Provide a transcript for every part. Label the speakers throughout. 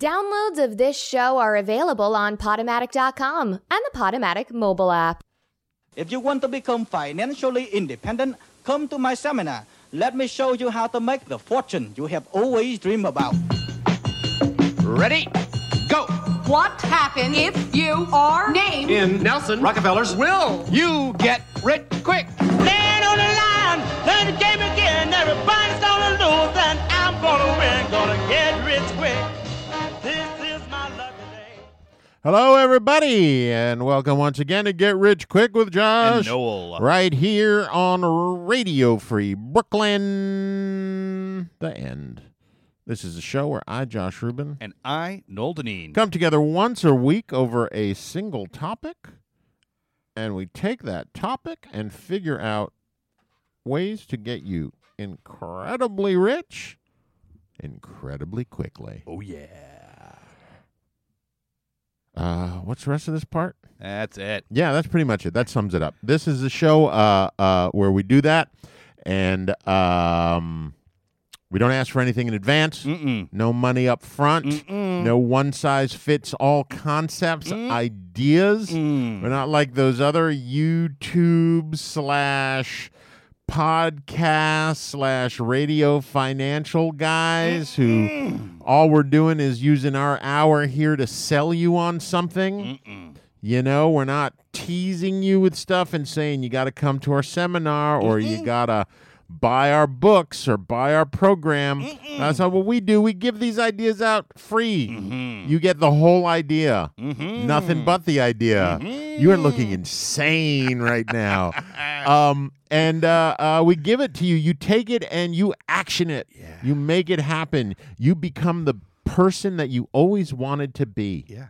Speaker 1: Downloads of this show are available on Podomatic.com and the Podomatic mobile app.
Speaker 2: If you want to become financially independent, come to my seminar. Let me show you how to make the fortune you have always dreamed about.
Speaker 3: Ready? Go!
Speaker 4: What happens if you are named
Speaker 3: In Nelson Rockefeller's will, you get rich quick.
Speaker 5: Stand on the line, play the game again. Everybody's gonna lose, and I'm gonna win. Gonna get rich quick. This is my lucky day.
Speaker 6: Hello, everybody, and welcome once again to Get Rich Quick with Josh.
Speaker 7: And Noel.
Speaker 6: Right here on Radio Free Brooklyn. The end. This is a show where I, Josh Rubin,
Speaker 7: And I, Noel Deneen.
Speaker 6: come together once a week over a single topic, and we take that topic and figure out ways to get you incredibly rich incredibly quickly.
Speaker 7: Oh, yeah.
Speaker 6: Uh, what's the rest of this part?
Speaker 7: That's it.
Speaker 6: Yeah, that's pretty much it. That sums it up. This is the show uh, uh, where we do that, and um, we don't ask for anything in advance.
Speaker 7: Mm-mm.
Speaker 6: No money up front.
Speaker 7: Mm-mm.
Speaker 6: No one size fits all concepts, ideas.
Speaker 7: Mm.
Speaker 6: We're not like those other YouTube slash podcast slash radio financial guys who all we're doing is using our hour here to sell you on something. You know, we're not teasing you with stuff and saying you got to come to our seminar or you got to buy our books or buy our program. That's not what we do. We give these ideas out free. You get the whole idea, nothing but the idea. You are looking insane right now. um, and uh, uh, we give it to you. You take it and you action it. You make it happen. You become the person that you always wanted to be.
Speaker 7: Yeah.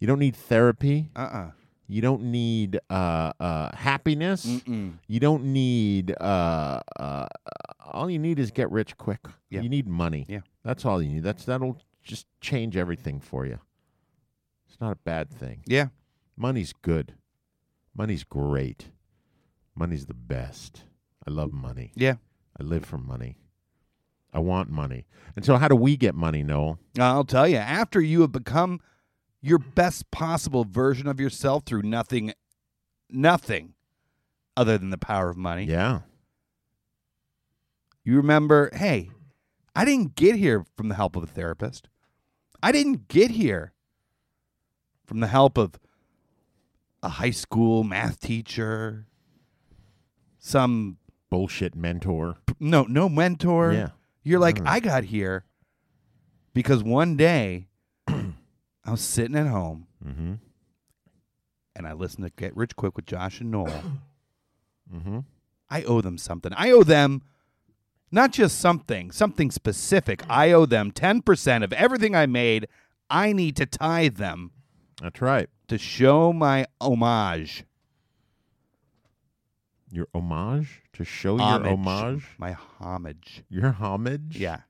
Speaker 6: You don't need therapy.
Speaker 7: Uh-uh.
Speaker 6: You don't need uh, uh, happiness. You don't need. Uh, uh, all you need is get rich quick.
Speaker 7: Yeah.
Speaker 6: You need money.
Speaker 7: Yeah.
Speaker 6: That's all you need. That's that'll just change everything for you. It's not a bad thing.
Speaker 7: Yeah.
Speaker 6: Money's good. Money's great. Money's the best. I love money.
Speaker 7: Yeah.
Speaker 6: I live for money. I want money. And so, how do we get money, Noel?
Speaker 7: I'll tell you, after you have become your best possible version of yourself through nothing, nothing other than the power of money,
Speaker 6: Yeah.
Speaker 7: you remember, hey, I didn't get here from the help of a therapist. I didn't get here from the help of a high school math teacher, some
Speaker 6: Bullshit mentor.
Speaker 7: no no mentor.
Speaker 6: Yeah.
Speaker 7: You're like,
Speaker 6: Mhm.
Speaker 7: I got here because one day I was sitting at home
Speaker 6: Mm-hmm.
Speaker 7: and I listened to Get Rich Quick with Josh and Noel.
Speaker 6: Mm-hmm.
Speaker 7: I owe them something. I owe them not just something, something specific. I owe them 10% of everything I made. I need to tithe them
Speaker 6: That's right.
Speaker 7: to show my homage.
Speaker 6: Your homage to show
Speaker 7: Homage.
Speaker 6: Oh, your homage, Hmm.
Speaker 7: My homage.
Speaker 6: your homage.
Speaker 7: Yeah.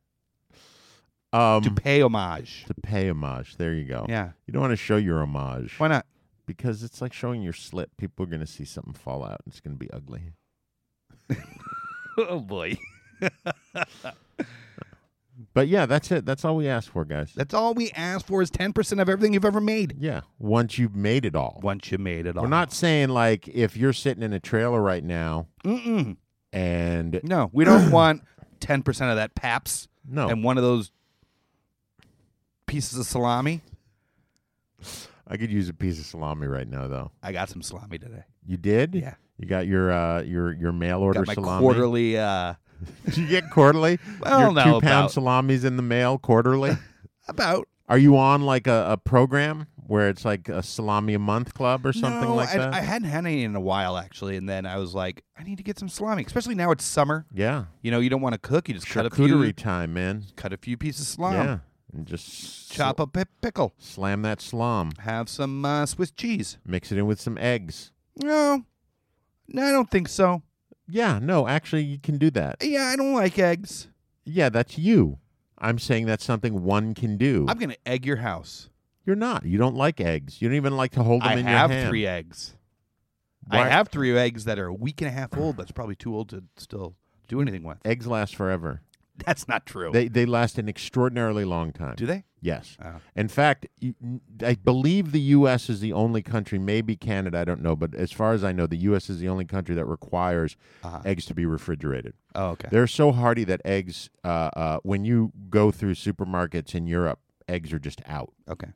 Speaker 6: Um,
Speaker 7: to
Speaker 6: to,
Speaker 7: pay homage.
Speaker 6: pay homage. There you go.
Speaker 7: Yeah.
Speaker 6: You don't want to show your homage
Speaker 7: Why not?
Speaker 6: because it's like showing your slit. People are going to see something fall out. It's going to be ugly.
Speaker 7: Oh, boy.
Speaker 6: But yeah, that's it. That's all we ask for, guys.
Speaker 7: That's all we ask for is 10% of everything you've ever made.
Speaker 6: yeah. Once you've made it all.
Speaker 7: Once you made it all.
Speaker 6: We're not saying like if you're sitting in a trailer right now
Speaker 7: Mm-mm.
Speaker 6: and
Speaker 7: No, we don't want 10% of that PAPS
Speaker 6: no,
Speaker 7: and one of those pieces of salami.
Speaker 6: I could use a piece of salami right now though.
Speaker 7: I got some salami today.
Speaker 6: You did?
Speaker 7: Yeah.
Speaker 6: You got your uh your your mail order
Speaker 7: Got my
Speaker 6: salami.
Speaker 7: quarterly. Uh,
Speaker 6: Did you get quarterly?
Speaker 7: I
Speaker 6: Your
Speaker 7: don't know
Speaker 6: two pound
Speaker 7: about-
Speaker 6: salamis in the mail quarterly.
Speaker 7: about
Speaker 6: Are you on like a, a program where it's like a salami a month club or something
Speaker 7: No,
Speaker 6: like
Speaker 7: I,
Speaker 6: that?
Speaker 7: I hadn't had any in a while actually, and then I was like, I need to get some salami, especially now it's summer.
Speaker 6: yeah,
Speaker 7: You know, you don't want to cook. You just cut a few,
Speaker 6: charcuterie time, man.
Speaker 7: cut a few pieces of salami,
Speaker 6: Yeah, and just
Speaker 7: chop
Speaker 6: sl-
Speaker 7: a pi pickle,
Speaker 6: slam that slum,
Speaker 7: have some uh, Swiss cheese.
Speaker 6: mix it in with some eggs.
Speaker 7: No, no, I don't think so.
Speaker 6: Yeah, no, actually, you can do that.
Speaker 7: Yeah, I don't like eggs.
Speaker 6: Yeah, that's you. I'm saying that's something one can do.
Speaker 7: I'm gonna egg your house.
Speaker 6: You're not. You don't like eggs. You don't even like to hold them
Speaker 7: I
Speaker 6: in
Speaker 7: have
Speaker 6: your hand.
Speaker 7: three eggs.
Speaker 6: Why-
Speaker 7: I have three eggs that are a week and a half old. That's probably too old to still do anything with.
Speaker 6: Eggs last forever.
Speaker 7: That's not true.
Speaker 6: They they last an extraordinarily long time.
Speaker 7: do they?
Speaker 6: Yes.
Speaker 7: Uh-huh.
Speaker 6: In fact, y- n- I believe the U.S. is the only country, maybe Canada, I don't know, but as far as I know, the U.S. is the only country that requires eggs to be refrigerated.
Speaker 7: Oh, Uh-huh. okay.
Speaker 6: They're so hardy that eggs, uh, uh, when you go through supermarkets in Europe, eggs are just out.
Speaker 7: Okay.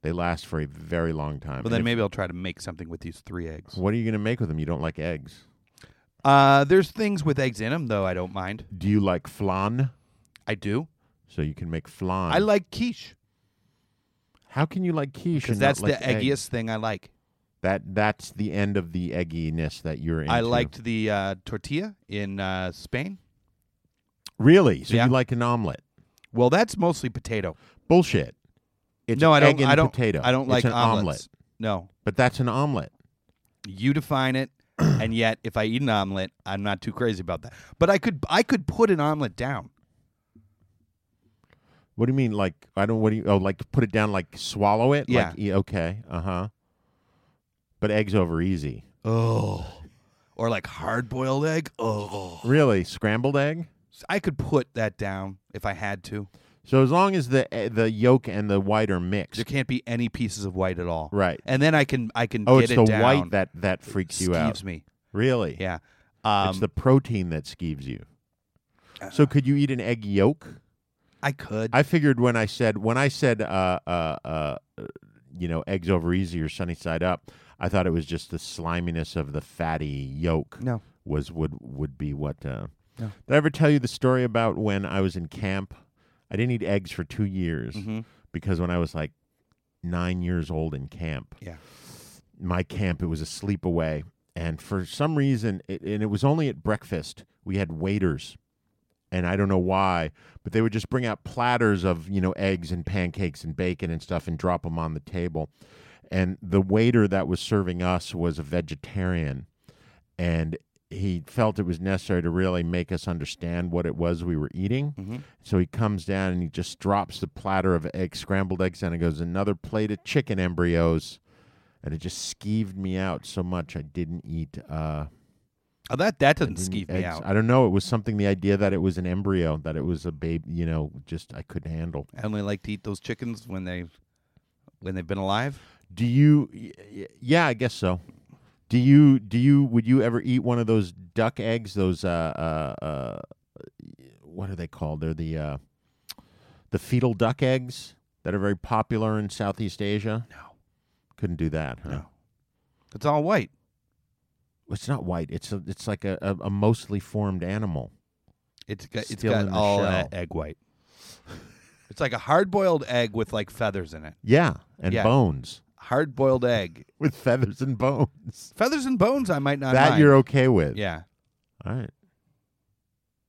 Speaker 6: They last for a very long time.
Speaker 7: Well,
Speaker 6: And
Speaker 7: then
Speaker 6: if-
Speaker 7: maybe I'll try to make something with these three eggs.
Speaker 6: What are you going to make with them? You don't like eggs.
Speaker 7: Uh, there's things with eggs in them, though, I don't mind.
Speaker 6: Do you like flan?
Speaker 7: I do.
Speaker 6: So you can make flan.
Speaker 7: I like quiche
Speaker 6: How can you like quiche?
Speaker 7: because
Speaker 6: and not
Speaker 7: that's the
Speaker 6: like egg?
Speaker 7: eggiest thing I like.
Speaker 6: That that's the end of the egginess that you're into.
Speaker 7: I liked the uh, tortilla in uh, Spain.
Speaker 6: really. So
Speaker 7: Yeah.
Speaker 6: you like an omelet?
Speaker 7: Well, that's mostly potato.
Speaker 6: Bullshit. It's
Speaker 7: no, I don't.
Speaker 6: egg and
Speaker 7: I don't.
Speaker 6: potato.
Speaker 7: I don't
Speaker 6: It's
Speaker 7: like
Speaker 6: an
Speaker 7: omelets.
Speaker 6: omelet.
Speaker 7: No,
Speaker 6: But that's an omelet.
Speaker 7: you define it, and yet if I eat an omelet, I'm not too crazy about that. But I could. I could put an omelet down.
Speaker 6: What do you mean? Like I don't. What do you? Oh, like put it down. Like swallow it.
Speaker 7: Yeah.
Speaker 6: Like, e- okay. Uh huh. But eggs over easy.
Speaker 7: Oh, or like hard boiled egg. Oh,
Speaker 6: Really, scrambled egg.
Speaker 7: I could put that down if I had to.
Speaker 6: So as long as the eh, the yolk and the white are mixed,
Speaker 7: There can't be any pieces of white at all.
Speaker 6: Right.
Speaker 7: And then I can. I can.
Speaker 6: Oh,
Speaker 7: get
Speaker 6: it's
Speaker 7: it
Speaker 6: the
Speaker 7: down.
Speaker 6: white that that freaks you out.
Speaker 7: Skeeves me.
Speaker 6: Really?
Speaker 7: Yeah. Um, Uh-huh.
Speaker 6: it's the protein that skeeves you. So could you eat an egg yolk?
Speaker 7: I could.
Speaker 6: I figured when I said when I said uh, uh, uh, you know eggs over easy or sunny side up, I thought it was just the sliminess of the fatty yolk.
Speaker 7: No.
Speaker 6: was would would be what. Uh, Did I ever tell you the story about when I was in camp? I didn't eat eggs for two years because when I was like nine years old in camp,
Speaker 7: yeah.
Speaker 6: my camp. It was a sleepaway, and for some reason, it, and it was only at breakfast. We had waiters, and I don't know why, but they would just bring out platters of you know eggs and pancakes and bacon and stuff and drop them on the table. And the waiter that was serving us was a vegetarian, and he felt it was necessary to really make us understand what it was we were eating.
Speaker 7: Mm-hmm.
Speaker 6: So he comes down and he just drops the platter of egg, scrambled eggs, down and goes another plate of chicken embryos and it just skeeved me out so much I didn't eat. Uh,
Speaker 7: Oh, that that
Speaker 6: I
Speaker 7: doesn't
Speaker 6: didn't eat
Speaker 7: skeeve me
Speaker 6: eggs.
Speaker 7: out.
Speaker 6: I don't know. It was something the idea that it was an embryo, that it was a baby. You know, just I couldn't handle.
Speaker 7: I only like to eat those chickens when they when they've been alive.
Speaker 6: Do you? y- y- Yeah, I guess so. Do you? Do you? Would you ever eat one of those duck eggs? Those uh uh, uh what are they called? They're the uh, the fetal duck eggs that are very popular in Southeast Asia.
Speaker 7: No.
Speaker 6: Couldn't do that. Huh?
Speaker 7: No. It's all white.
Speaker 6: It's not white. It's a, it's like a, a, a mostly formed animal.
Speaker 7: It's got it's
Speaker 6: Still
Speaker 7: got
Speaker 6: in the
Speaker 7: all that
Speaker 6: shell.
Speaker 7: egg white. It's like a hard boiled egg with like feathers in it.
Speaker 6: Yeah, and
Speaker 7: Yeah.
Speaker 6: bones
Speaker 7: Hard boiled egg.
Speaker 6: with feathers and bones.
Speaker 7: Feathers and bones I might not
Speaker 6: that
Speaker 7: mind.
Speaker 6: you're okay with.
Speaker 7: Yeah.
Speaker 6: All right.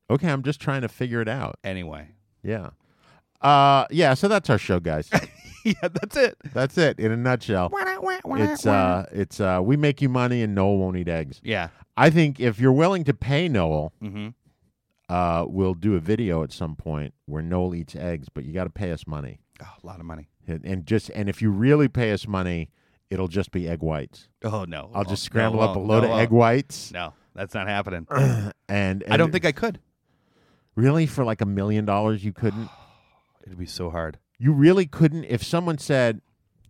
Speaker 6: Okay, I'm just trying to figure it out.
Speaker 7: Anyway.
Speaker 6: Yeah. Uh yeah, so that's our show, guys.
Speaker 7: yeah, that's it.
Speaker 6: that's it in a nutshell. It's uh it's uh we make you money and Noel won't eat eggs.
Speaker 7: Yeah.
Speaker 6: I think if you're willing to pay Noel,
Speaker 7: Mhm.
Speaker 6: uh we'll do a video at some point where Noel eats eggs, but you got to pay us money.
Speaker 7: Oh, a lot of money.
Speaker 6: And- And just and if you really pay us money, it'll just be egg whites.
Speaker 7: Oh no.
Speaker 6: I'll
Speaker 7: No,
Speaker 6: just scramble
Speaker 7: no,
Speaker 6: up a
Speaker 7: no,
Speaker 6: load
Speaker 7: no.
Speaker 6: of egg whites.
Speaker 7: No, that's not happening.
Speaker 6: And,
Speaker 7: I don't
Speaker 6: and-
Speaker 7: think I could.
Speaker 6: Really, for like a million dollars, you couldn't.
Speaker 7: It'd be so hard.
Speaker 6: You really couldn't. If someone said,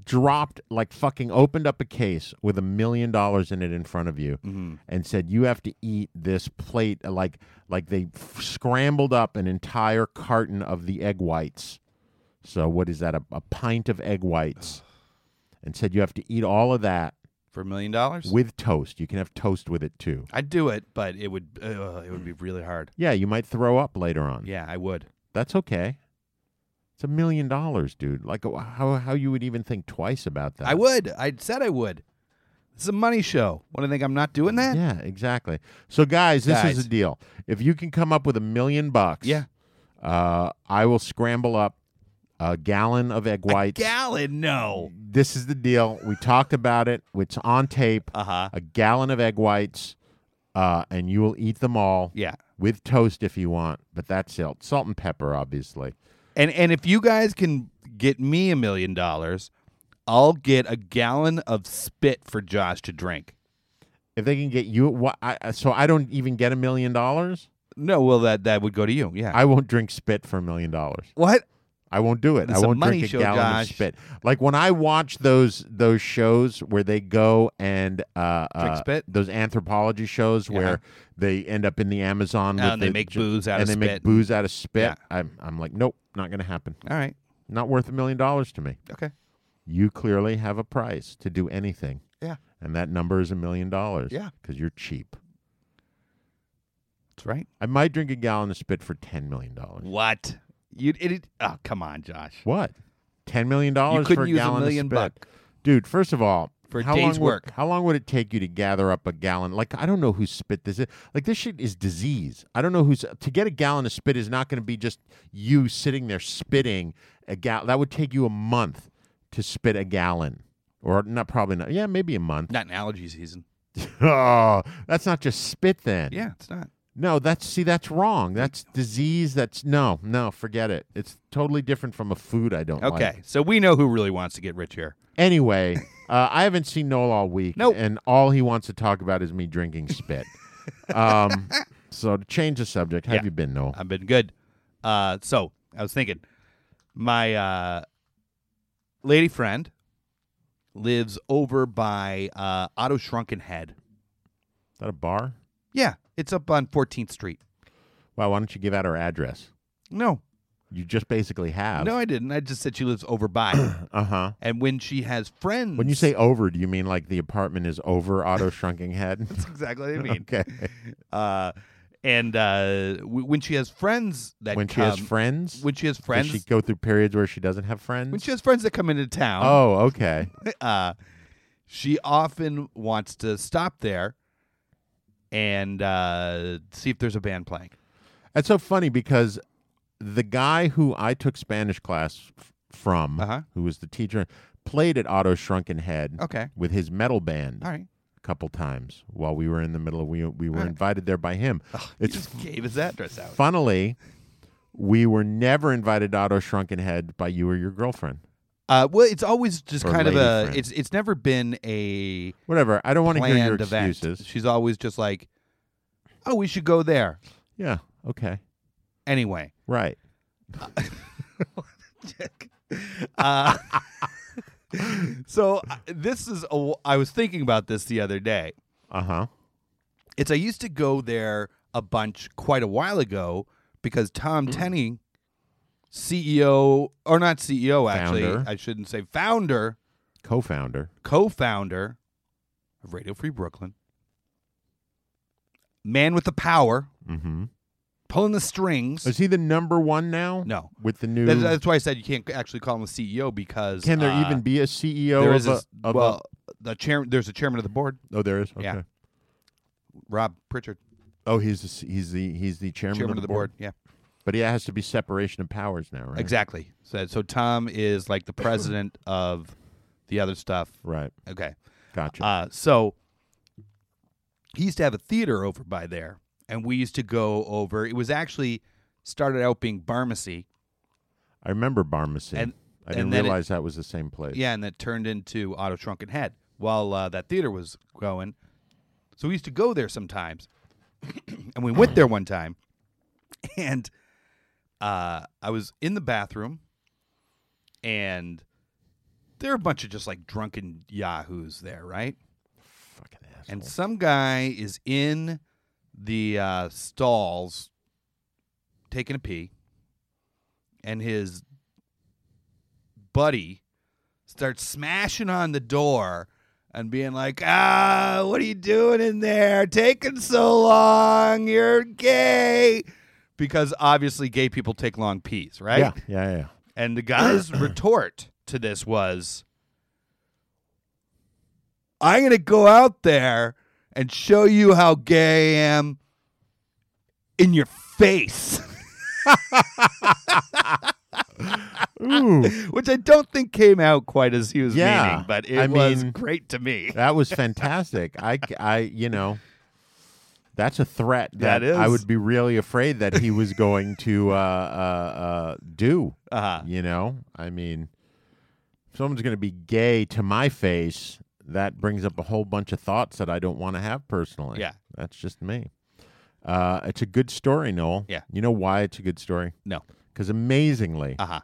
Speaker 6: dropped, like fucking opened up a case with a million dollars in it in front of you,
Speaker 7: Mm-hmm.
Speaker 6: and said you have to eat this plate, uh, like like they f- scrambled up an entire carton of the egg whites. So what is that? A, a pint of egg whites, and said you have to eat all of that
Speaker 7: For a million dollars?
Speaker 6: with toast. You can have toast with it too.
Speaker 7: I'd do it, but it would uh, it would be really hard.
Speaker 6: Yeah, you might throw up later on.
Speaker 7: Yeah, I would.
Speaker 6: That's okay. It's a million dollars, dude. Like uh, how how you would even think twice about that?
Speaker 7: I would. I said I would. This is a money show. What do you think? I'm not doing that?
Speaker 6: Yeah, exactly. So guys, this is
Speaker 7: Guys.
Speaker 6: the deal. If you can come up with a million bucks,
Speaker 7: Yeah.
Speaker 6: uh, I will scramble up a gallon of egg whites.
Speaker 7: Gallon, no.
Speaker 6: this is the deal. We talked about it. It's on tape.
Speaker 7: Uh-huh.
Speaker 6: A gallon of egg whites, uh, and you will eat them all.
Speaker 7: Yeah.
Speaker 6: With toast if you want, but that's it. Salt and pepper, obviously.
Speaker 7: And and if you guys can get me a million dollars, I'll get a gallon of spit for Josh to drink.
Speaker 6: If they can get you, what? I, I- so I don't even get a million dollars.
Speaker 7: No, well that that would go to you. Yeah.
Speaker 6: I won't drink spit for a million dollars.
Speaker 7: what?
Speaker 6: I won't do it.
Speaker 7: It's
Speaker 6: I
Speaker 7: a
Speaker 6: won't
Speaker 7: money
Speaker 6: drink a
Speaker 7: show,
Speaker 6: gallon
Speaker 7: Josh.
Speaker 6: of spit. Like when I watch those those shows where they go and uh,
Speaker 7: Drink
Speaker 6: uh,
Speaker 7: spit?
Speaker 6: those anthropology shows where they end up in the Amazon
Speaker 7: Oh,
Speaker 6: with
Speaker 7: and they
Speaker 6: the
Speaker 7: make
Speaker 6: ju-
Speaker 7: booze out
Speaker 6: and
Speaker 7: of
Speaker 6: they make
Speaker 7: spit.
Speaker 6: booze out of spit.
Speaker 7: Yeah.
Speaker 6: I'm I'm like, nope, not going to happen.
Speaker 7: All right.
Speaker 6: Not worth a million dollars to me.
Speaker 7: Okay.
Speaker 6: You clearly have a price to do anything,
Speaker 7: Yeah.
Speaker 6: and that number is a million dollars.
Speaker 7: Yeah.
Speaker 6: because you're cheap.
Speaker 7: That's right.
Speaker 6: I might drink a gallon of spit for ten million dollars.
Speaker 7: What? You it, it oh come on, Josh.
Speaker 6: What? Ten million dollars
Speaker 7: couldn't
Speaker 6: for a
Speaker 7: use a
Speaker 6: gallon
Speaker 7: million
Speaker 6: of spit.
Speaker 7: buck.
Speaker 6: Dude, first of all,
Speaker 7: For a
Speaker 6: how
Speaker 7: day's
Speaker 6: long
Speaker 7: work.
Speaker 6: Would, how long would it take you to gather up a gallon? Like I don't know whose spit this is. Like this shit is disease. I don't know who's to get a gallon of spit is not going to be just you sitting there spitting a gal. That would take you a month to spit a gallon, or not probably not. Yeah, maybe a month.
Speaker 7: Not in allergy season.
Speaker 6: oh, that's not just spit then.
Speaker 7: Yeah, it's not.
Speaker 6: No, that's see, that's wrong. That's disease. That's no, no, forget it. It's totally different from a food I don't like.
Speaker 7: Okay. So we know who really wants to get rich here.
Speaker 6: Anyway, uh, I haven't seen Noel all week.
Speaker 7: Nope.
Speaker 6: And all he wants to talk about is me drinking spit. um, so to change the subject, have
Speaker 7: Yeah.
Speaker 6: you been Noel?
Speaker 7: I've been good. Uh, so I was thinking, my uh, lady friend lives over by uh, Otto Shrunken Head.
Speaker 6: Is that a bar?
Speaker 7: Yeah, it's up on 14th Street.
Speaker 6: Wow, why don't you give out her address?
Speaker 7: No,
Speaker 6: You just basically have.
Speaker 7: no, I didn't. I just said she lives over by.
Speaker 6: Uh huh.
Speaker 7: and when she has friends,
Speaker 6: When you say over, do you mean like the apartment is over Otto Shrunking Head?
Speaker 7: that's exactly what I mean.
Speaker 6: okay.
Speaker 7: Uh, and uh, w- when she has friends that
Speaker 6: When she has
Speaker 7: come-
Speaker 6: friends?
Speaker 7: when she has
Speaker 6: Does
Speaker 7: friends,
Speaker 6: she go through periods where she doesn't have friends?
Speaker 7: when she has friends that come into town,
Speaker 6: oh, okay.
Speaker 7: uh, she often wants to stop there and uh, see if there's a band playing.
Speaker 6: That's so funny because the guy who I took Spanish class f- from,
Speaker 7: Uh-huh.
Speaker 6: who was the teacher, played at Otto Shrunken Head
Speaker 7: Okay.
Speaker 6: with his metal band
Speaker 7: All right.
Speaker 6: a couple times while we were in the middle of we we were invited there by him.
Speaker 7: It
Speaker 6: it's
Speaker 7: just gave his address out.
Speaker 6: funnily we were never invited to Otto Shrunken Head by you or your girlfriend.
Speaker 7: Uh, well, it's always just
Speaker 6: Or
Speaker 7: kind of
Speaker 6: lady
Speaker 7: a.
Speaker 6: friend.
Speaker 7: It's it's never been a
Speaker 6: Whatever. I don't want to hear your
Speaker 7: planned event.
Speaker 6: excuses.
Speaker 7: She's always just like, oh, we should go there
Speaker 6: Yeah. Okay.
Speaker 7: anyway.
Speaker 6: Right.
Speaker 7: uh, so uh, this is. A, I was thinking about this the other day.
Speaker 6: Uh huh.
Speaker 7: It's I used to go there a bunch quite a while ago because Tom Tenney, CEO or not CEO actually,
Speaker 6: Founder.
Speaker 7: I shouldn't say founder,
Speaker 6: Co-founder.
Speaker 7: co-founder of Radio Free Brooklyn, man with the power,
Speaker 6: Mm-hmm.
Speaker 7: pulling the strings.
Speaker 6: Is he the number one now?
Speaker 7: No.
Speaker 6: With the new.
Speaker 7: That- that's why I said you can't actually call him a CEO because
Speaker 6: Can there
Speaker 7: uh,
Speaker 6: even be a CEO
Speaker 7: there
Speaker 6: of
Speaker 7: is
Speaker 6: a,
Speaker 7: this-
Speaker 6: of a-
Speaker 7: well the chair there's a chairman of the board
Speaker 6: Oh, there is. Okay.
Speaker 7: Yeah. Rob Pritchard
Speaker 6: Oh, he's the, s- he's the he's the chairman,
Speaker 7: chairman of the board, yeah
Speaker 6: But he has to be separation of powers now, right?
Speaker 7: Exactly. So, so Tom is like the president of the other stuff.
Speaker 6: Right.
Speaker 7: Okay.
Speaker 6: Gotcha.
Speaker 7: Uh, so he used to have a theater over by there, and we used to go over. It was actually started out being Barmacy,
Speaker 6: I remember Barmacy.
Speaker 7: and-
Speaker 6: I didn't
Speaker 7: and then it-
Speaker 6: realize that was the same place.
Speaker 7: yeah, and that turned into Auto Shrunken Head while uh, that theater was going. So we used to go there sometimes, and we went there one time, and uh, I was in the bathroom, and there are a bunch of just like drunken yahoos there, right?
Speaker 6: Fucking asshole.
Speaker 7: And some guy is in the uh, stalls taking a pee, and his buddy starts smashing on the door and being like, "Ah, what are you doing in there? Taking so long? You're gay." Because obviously, gay people take long pees, right?
Speaker 6: yeah, yeah, yeah.
Speaker 7: And the guy's retort to this was, I'm going to go out there and show you how gay I am in your face,
Speaker 6: Ooh,
Speaker 7: which I don't think came out quite as he was
Speaker 6: Yeah,
Speaker 7: meaning, but it
Speaker 6: I
Speaker 7: was
Speaker 6: mean-
Speaker 7: great to me.
Speaker 6: that was fantastic. I, c- I- you know, that's a threat that,
Speaker 7: That is.
Speaker 6: I would be really afraid that he was going to uh, uh, uh, do.
Speaker 7: Uh-huh.
Speaker 6: You know, I mean, if someone's going to be gay to my face, that brings up a whole bunch of thoughts that I don't want to have personally.
Speaker 7: Yeah.
Speaker 6: That's just me. Uh, it's a good story, Noel.
Speaker 7: Yeah.
Speaker 6: You know why it's a good story?
Speaker 7: No.
Speaker 6: Because amazingly,
Speaker 7: Uh huh.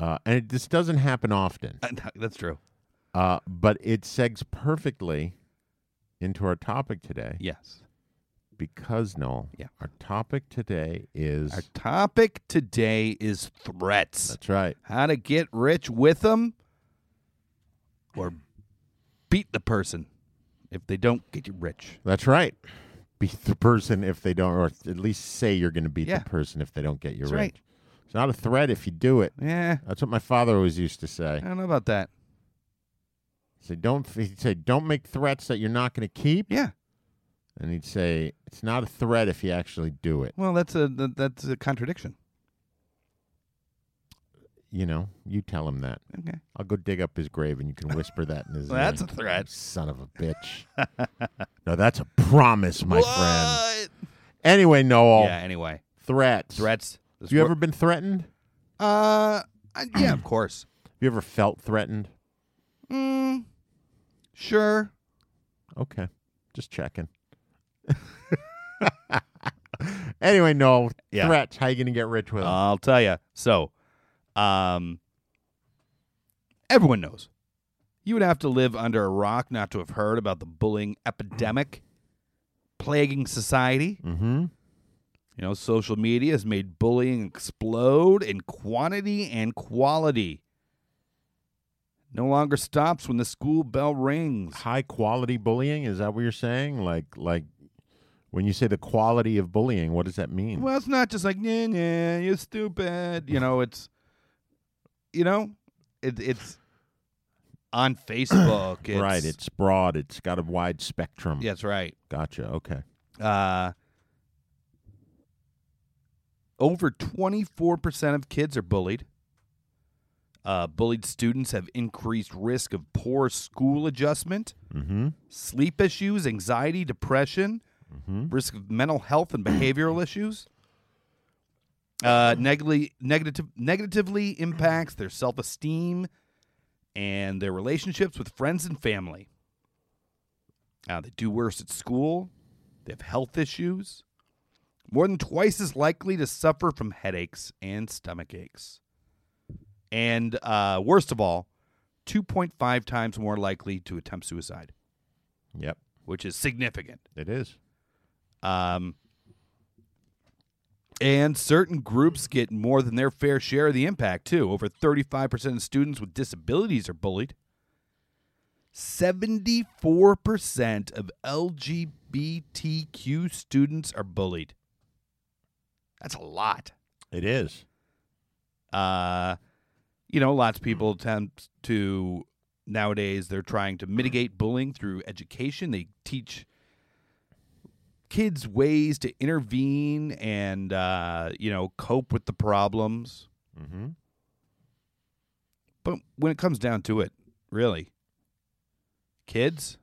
Speaker 6: Uh, and it, this doesn't happen often,
Speaker 7: That's true.
Speaker 6: uh, but it segs perfectly into our topic today
Speaker 7: Yes.
Speaker 6: because, Noel,
Speaker 7: Yeah.
Speaker 6: our topic today is.
Speaker 7: Our topic today is threats.
Speaker 6: that's right.
Speaker 7: How to get rich with them or beat the person if they don't get you rich.
Speaker 6: That's right. Beat the person if they don't, or at least say you're going to beat
Speaker 7: Yeah.
Speaker 6: the person if they don't get you
Speaker 7: That's
Speaker 6: rich.
Speaker 7: right.
Speaker 6: It's not a threat if you do it.
Speaker 7: Yeah.
Speaker 6: That's what my father always used to say.
Speaker 7: I don't know about that.
Speaker 6: He said, "Don't," he'd say, "Don't make threats that you're not going to keep."
Speaker 7: Yeah.
Speaker 6: And he'd say, "It's not a threat if you actually do it."
Speaker 7: Well, that's a that, that's a contradiction.
Speaker 6: You know, you tell him that.
Speaker 7: Okay.
Speaker 6: I'll go dig up his grave, and you can whisper that in his.
Speaker 7: Well, that's
Speaker 6: ear.
Speaker 7: a threat.
Speaker 6: son of a bitch. no, that's a promise, my friend. Anyway, Noel,
Speaker 7: Yeah, anyway.
Speaker 6: threats.
Speaker 7: Threats. This
Speaker 6: Have you
Speaker 7: wor-
Speaker 6: ever been threatened?
Speaker 7: uh I- yeah, of course.
Speaker 6: Have you ever felt threatened?
Speaker 7: Mm, sure.
Speaker 6: Okay. Just checking. anyway, no
Speaker 7: Yeah. Uh,
Speaker 6: threats. How you going to get rich with them?
Speaker 7: I'll tell you. So, um, everyone knows you would have to live under a rock not to have heard about the bullying epidemic plaguing society.
Speaker 6: mm-hmm.
Speaker 7: You know, social media has made bullying explode in quantity and quality. No longer stops when the school bell rings.
Speaker 6: High quality bullying. Is that what you're saying? Like, like when you say the quality of bullying, what does that mean?
Speaker 7: Well, it's not just like nah, nah, you're stupid. You know, it's you know, it, it's on Facebook. It's,
Speaker 6: right. It's broad. It's got a wide spectrum.
Speaker 7: yeah, that's right.
Speaker 6: Gotcha. Okay.
Speaker 7: Uh, over twenty four percent of kids are bullied. Uh, bullied students have increased risk of poor school adjustment,
Speaker 6: Mm-hmm.
Speaker 7: sleep issues, anxiety, depression, risk of mental health and behavioral issues. Uh, negatively, negative, negatively impacts their self esteem and their relationships with friends and family. Uh, they do worse at school. They have health issues. More than twice as likely to suffer from headaches and stomach aches. And uh, worst of all, 2.5 times more likely to attempt suicide,
Speaker 6: Yep.
Speaker 7: which is significant.
Speaker 6: It is.
Speaker 7: Um, and certain groups get more than their fair share of the impact, too. Over 35% of students with disabilities are bullied. 74% of LGBTQ students are bullied. That's a lot.
Speaker 6: It is.
Speaker 7: Uh, you know, lots of people attempt to nowadays they're trying to mitigate bullying through education. They teach kids ways to intervene and uh, you know cope with the problems.
Speaker 6: Mm-hmm.
Speaker 7: But when it comes down to it, really, kids,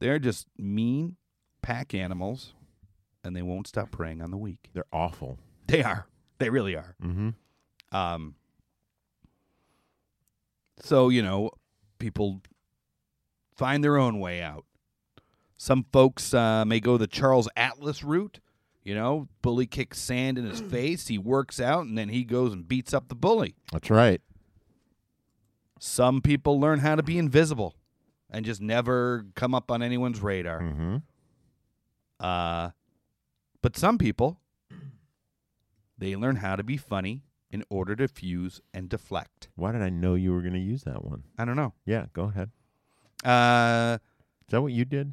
Speaker 7: they're just mean pack animals, and they won't stop preying on the weak.
Speaker 6: They're awful.
Speaker 7: They are. They really are.
Speaker 6: Mm-hmm.
Speaker 7: Um, so, you know, people find their own way out. Some folks uh, may go the Charles Atlas route. You know, bully kicks sand in his face. He works out and then he goes and beats up the bully.
Speaker 6: That's right.
Speaker 7: Some people learn how to be invisible and just never come up on anyone's radar.
Speaker 6: Mm-hmm.
Speaker 7: Uh, but some people, they learn how to be funny in order to fuse and deflect.
Speaker 6: Why did I know you were going to use that one?
Speaker 7: I don't know.
Speaker 6: Yeah. Go ahead.
Speaker 7: Uh,
Speaker 6: Is that what you did?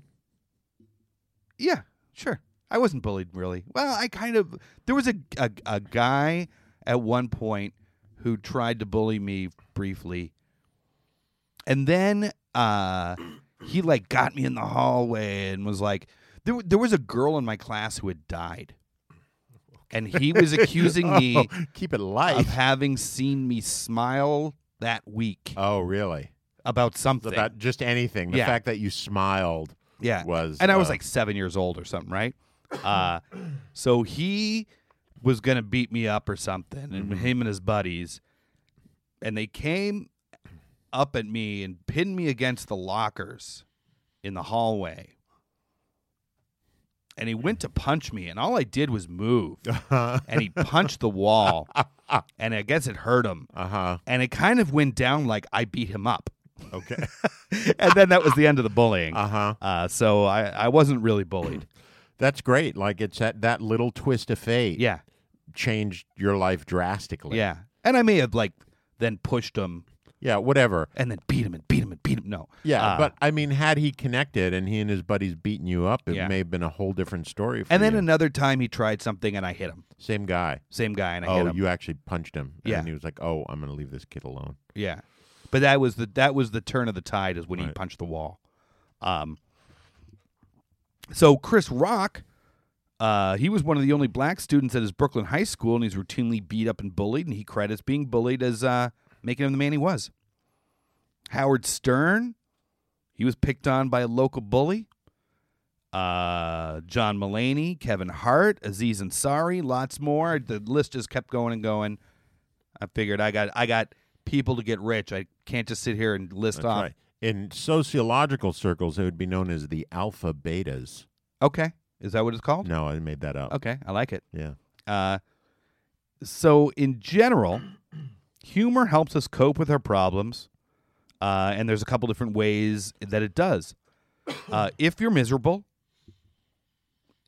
Speaker 7: yeah, sure. I wasn't bullied really. Well, I kind of there was a, a a guy at one point who tried to bully me briefly, and then uh, he like got me in the hallway and was like, there w- there was a girl in my class who had died, and he was accusing me
Speaker 6: Oh, Keep it
Speaker 7: of
Speaker 6: light.
Speaker 7: having seen me smile that week
Speaker 6: oh, really?
Speaker 7: about something.
Speaker 6: About just anything. The
Speaker 7: Yeah.
Speaker 6: fact that you smiled.
Speaker 7: yeah
Speaker 6: was,
Speaker 7: and i was
Speaker 6: uh,
Speaker 7: like seven years old or something right uh so he was gonna beat me up or something and him and his buddies and they came up at me and pinned me against the lockers in the hallway and he went to punch me and all i did was move and he punched the wall and I guess it hurt him.
Speaker 6: Uh huh.
Speaker 7: And it kind of went down like I beat him up.
Speaker 6: Okay.
Speaker 7: and then that was the end of the bullying.
Speaker 6: Uh-huh.
Speaker 7: Uh, so I, I wasn't really bullied.
Speaker 6: That's great. Like it's that that little twist of fate.
Speaker 7: yeah.
Speaker 6: Changed your life drastically.
Speaker 7: Yeah. And I may have like then pushed him
Speaker 6: Yeah. Whatever.
Speaker 7: and then beat him and beat him and beat him. No.
Speaker 6: Yeah,
Speaker 7: Uh,
Speaker 6: but I mean, had he connected and he and his buddies beating you up, it
Speaker 7: Yeah.
Speaker 6: may have been a whole different story. For
Speaker 7: and then
Speaker 6: you.
Speaker 7: another time he tried something and I hit him.
Speaker 6: same guy.
Speaker 7: Same guy and I hit
Speaker 6: Oh,
Speaker 7: him.
Speaker 6: you actually punched him.
Speaker 7: Yeah.
Speaker 6: and he was like, "Oh, I'm going to leave this kid alone."
Speaker 7: Yeah. But that was the that was the turn of the tide is when he
Speaker 6: Right.
Speaker 7: punched the wall. Um so Chris Rock, uh, he was one of the only black students at his Brooklyn high school and he's routinely beat up and bullied, and he credits being bullied as uh, making him the man he was. Howard Stern, he was picked on by a local bully. Uh, John Mullaney, Kevin Hart, Aziz Ansari, lots more. The list just kept going and going. I figured I got I got people to get rich. I can't just sit here and list
Speaker 6: That's
Speaker 7: off.
Speaker 6: right. In sociological circles, it would be known as the alpha betas.
Speaker 7: Okay, is that what it's called?
Speaker 6: No, I made that up.
Speaker 7: Okay, I like it.
Speaker 6: Yeah.
Speaker 7: Uh, so in general, humor helps us cope with our problems, uh, and there's a couple different ways that it does. Uh, if you're miserable,